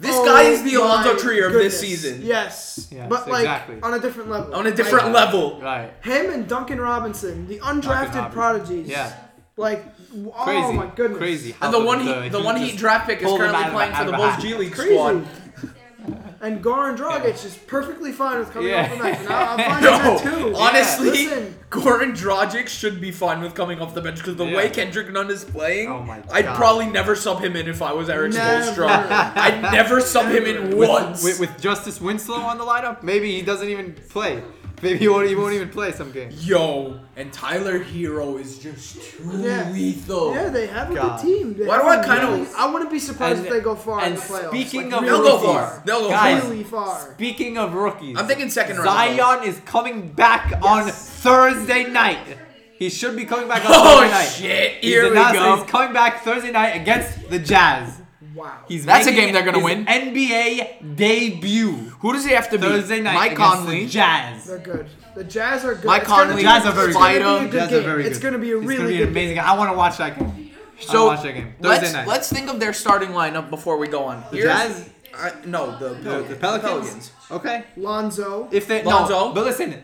S2: This
S3: Oh
S2: guy is the
S3: my
S2: Alonzo Trier of
S3: goodness.
S2: this season.
S3: Yes.
S1: Yes,
S3: but like
S1: exactly.
S3: on a different level.
S2: On a different
S3: Like,
S2: level.
S1: Right.
S3: Him and Duncan Robinson, the undrafted
S1: Robinson.
S3: prodigies.
S1: Yeah.
S3: Like, w- oh
S1: Crazy.
S3: my goodness.
S1: Crazy. how
S2: And the one he, the
S1: Heat
S2: one
S1: just
S2: he draft pick is
S1: pulled him
S2: currently
S1: out of a-
S2: playing
S1: out
S2: for the
S1: of a
S2: Bulls
S1: hat.
S2: G League
S3: Crazy.
S2: squad.
S3: And Goran Dragic is perfectly fine with coming
S1: Yeah.
S3: off the bench. And
S1: <laughs>
S3: I- I'm fine
S2: No,
S3: with that too.
S2: honestly,
S3: Listen,
S2: Goran Dragic should be fine with coming off the bench because the
S1: Yeah.
S2: way Kendrick Nunn is playing,
S1: Oh my
S2: I'd
S1: God.
S2: probably never sub him in if I was Eric
S3: Never.
S2: Spoelstra. I'd never sub him <laughs> in
S1: with,
S2: once.
S1: With, with Justice Winslow on the lineup, maybe he doesn't even play. <laughs> Maybe he won't, he won't even play some games.
S2: Yo, and Tyler Hero is just too
S3: Yeah.
S2: lethal.
S3: yeah, they have a
S1: God.
S3: good team. They
S2: Why do
S3: have
S2: I
S3: a
S2: kinda-
S3: really- I wouldn't be surprised
S1: And-
S3: if they go far in
S1: and
S3: the playoffs.
S1: speaking
S3: like,
S1: of
S2: They'll
S3: really
S2: go far.
S3: far.
S2: They'll go
S1: Guys.
S2: far.
S3: Really far.
S1: Speaking of rookies,
S2: I'm thinking second round.
S1: Zion is coming back on Thursday night. He should be coming back on
S2: <laughs> Oh,
S1: Thursday night.
S2: shit.
S1: He's
S2: Here we
S1: announced that
S2: go.
S1: He's coming back Thursday night against the Jazz.
S3: Wow.
S1: He's
S2: That's a
S1: making
S2: game they're gonna
S1: his
S2: win.
S1: NBA debut
S2: Who does he have to
S1: Thursday
S2: beat?
S1: night
S2: Mike
S1: against
S2: Conley.
S1: the Jazz.
S3: They're good. The Jazz are good.
S2: Mike
S3: It's gonna
S2: Conley,
S3: be-
S1: Jazz are very
S3: it's gonna be a
S2: Fido.
S3: good
S1: Jazz
S3: game.
S1: are very
S3: It's
S1: good.
S3: going to be a
S1: It's
S3: really
S1: gonna be an
S3: good game.
S1: amazing. I want to watch that game.
S2: So
S1: I want to watch that game Thursday
S2: let's
S1: night.
S2: let's think of their starting lineup before we go on.
S1: The
S2: Here's-
S1: Jazz?
S2: I, no, the
S1: the,
S2: Pelicans.
S1: the Pelicans. Okay.
S3: Lonzo.
S1: If they
S2: Lonzo.
S1: no, but listen,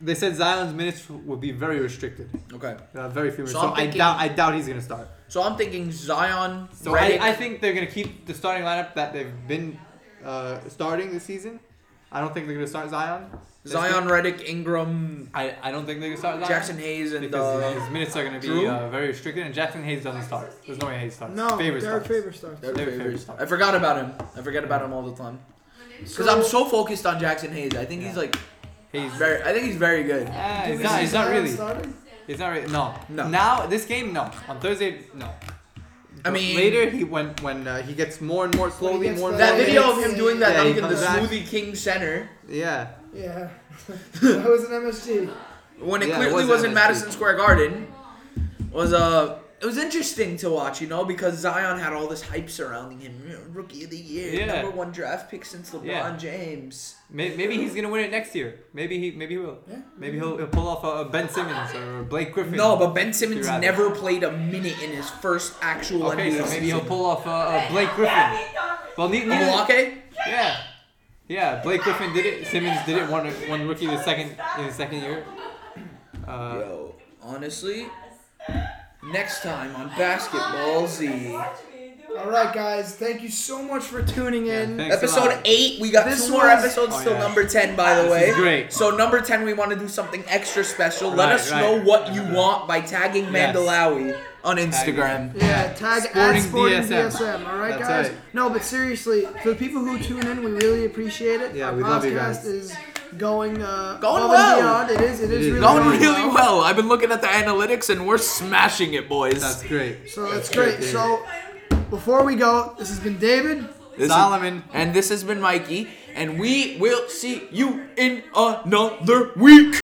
S1: they said Zion's minutes will be very restricted.
S2: Okay.
S1: Uh, very few minutes.
S2: So
S1: So,
S2: I'm
S1: I
S2: thinking-
S1: doubt I doubt he's gonna start.
S2: So I'm thinking Zion,
S1: So
S2: Redick,
S1: I, I think they're gonna keep the starting lineup that they've been uh, starting this season. I don't think they're gonna start Zion. this
S2: Zion,
S1: week.
S2: Redick, Ingram,
S1: I, I don't think they're gonna start Zion.
S2: Jackson Hayes, and
S1: because
S2: uh,
S1: his minutes are gonna
S2: Drew?
S1: be uh, very restricted, and Jackson Hayes doesn't start. There's no way Hayes starts.
S3: no,
S1: Favors
S3: Derek
S1: starts.
S3: Favors starts.
S2: Derek
S1: Derek
S2: Favors.
S1: Favors.
S2: I forgot about him. I forget about him all the time. Because I'm so focused on Jackson Hayes. I think he's
S1: Yeah.
S2: like
S1: Hayes.
S2: very. I think he's very good.
S1: Ah,
S3: Do
S1: he's
S3: we
S1: not,
S3: see
S1: he's not
S3: Zion
S1: really.
S3: starting?
S1: He's not really. No.
S2: No.
S1: Now this game, no. On Thursday, no.
S2: I
S1: But
S2: mean-
S1: later he when when uh, he gets more and more slowly,
S3: gets
S1: more and
S3: better.
S2: That
S1: more.
S3: Yeah,
S2: video of
S3: it's-
S2: him doing that
S1: yeah, he
S2: dunk in the
S1: comes back.
S2: Smoothie King Center
S1: Yeah.
S3: Yeah. <laughs> that was an MSG.
S2: when it
S1: Yeah, it
S2: clearly
S1: was
S2: was in
S1: MSG.
S2: Madison Square Garden was Uh, it was interesting to watch, you know, because Zion had all this hype surrounding him. You know, Rookie of the year,
S1: Yeah.
S2: number one draft pick since LeBron
S1: Yeah.
S2: James.
S1: May- Maybe he's gonna win it next year. Maybe he maybe he will.
S3: Yeah.
S1: Maybe he'll, he'll pull off a, a Ben Simmons or a Blake Griffin.
S2: No, but Ben Simmons
S1: rather.
S2: never played a minute in his first actual
S1: okay,
S2: NBA
S1: so maybe he'll
S2: season.
S1: pull off a, a Blake Griffin. Well, ne- neither-
S2: Milwaukee?
S1: yeah, yeah. Blake Griffin did it. Simmons did it. One one rookie the second in his second year. Uh,
S2: Yo, honestly, next time on Basketball Z,
S3: All right, guys. Thank you so much for tuning in.
S1: thanks. a lot.
S2: episode eight. We got
S3: This
S2: two more
S3: was-
S2: episodes
S1: Oh,
S2: till
S1: yeah.
S2: number ten, by the
S1: This
S2: way.
S1: is great.
S2: So number ten, we want to do something extra special. Let
S1: Right,
S2: us
S1: right.
S2: know what you want by tagging
S1: Yes.
S2: Mandalawi on Instagram.
S3: yeah, tag
S1: Sporting
S3: at Sporting
S1: DSM.
S3: DSM. All right,
S1: That's
S3: guys.
S1: right.
S3: No, but seriously, for the people who tune in, we really appreciate it.
S1: Yeah,
S3: Our
S1: we
S3: podcast
S1: love you guys.
S3: is going uh,
S2: Going
S3: above
S2: well.
S3: And beyond. It is. It
S1: is
S3: is really
S1: going
S3: going
S1: really
S2: well. I've been looking at the analytics, and we're smashing it, boys.
S1: That's great.
S3: So that's
S1: great, David.
S3: great. So before we go, this has been David.
S2: This is-
S1: Solomon.
S2: and this has been Mikey, and we will see you in another week.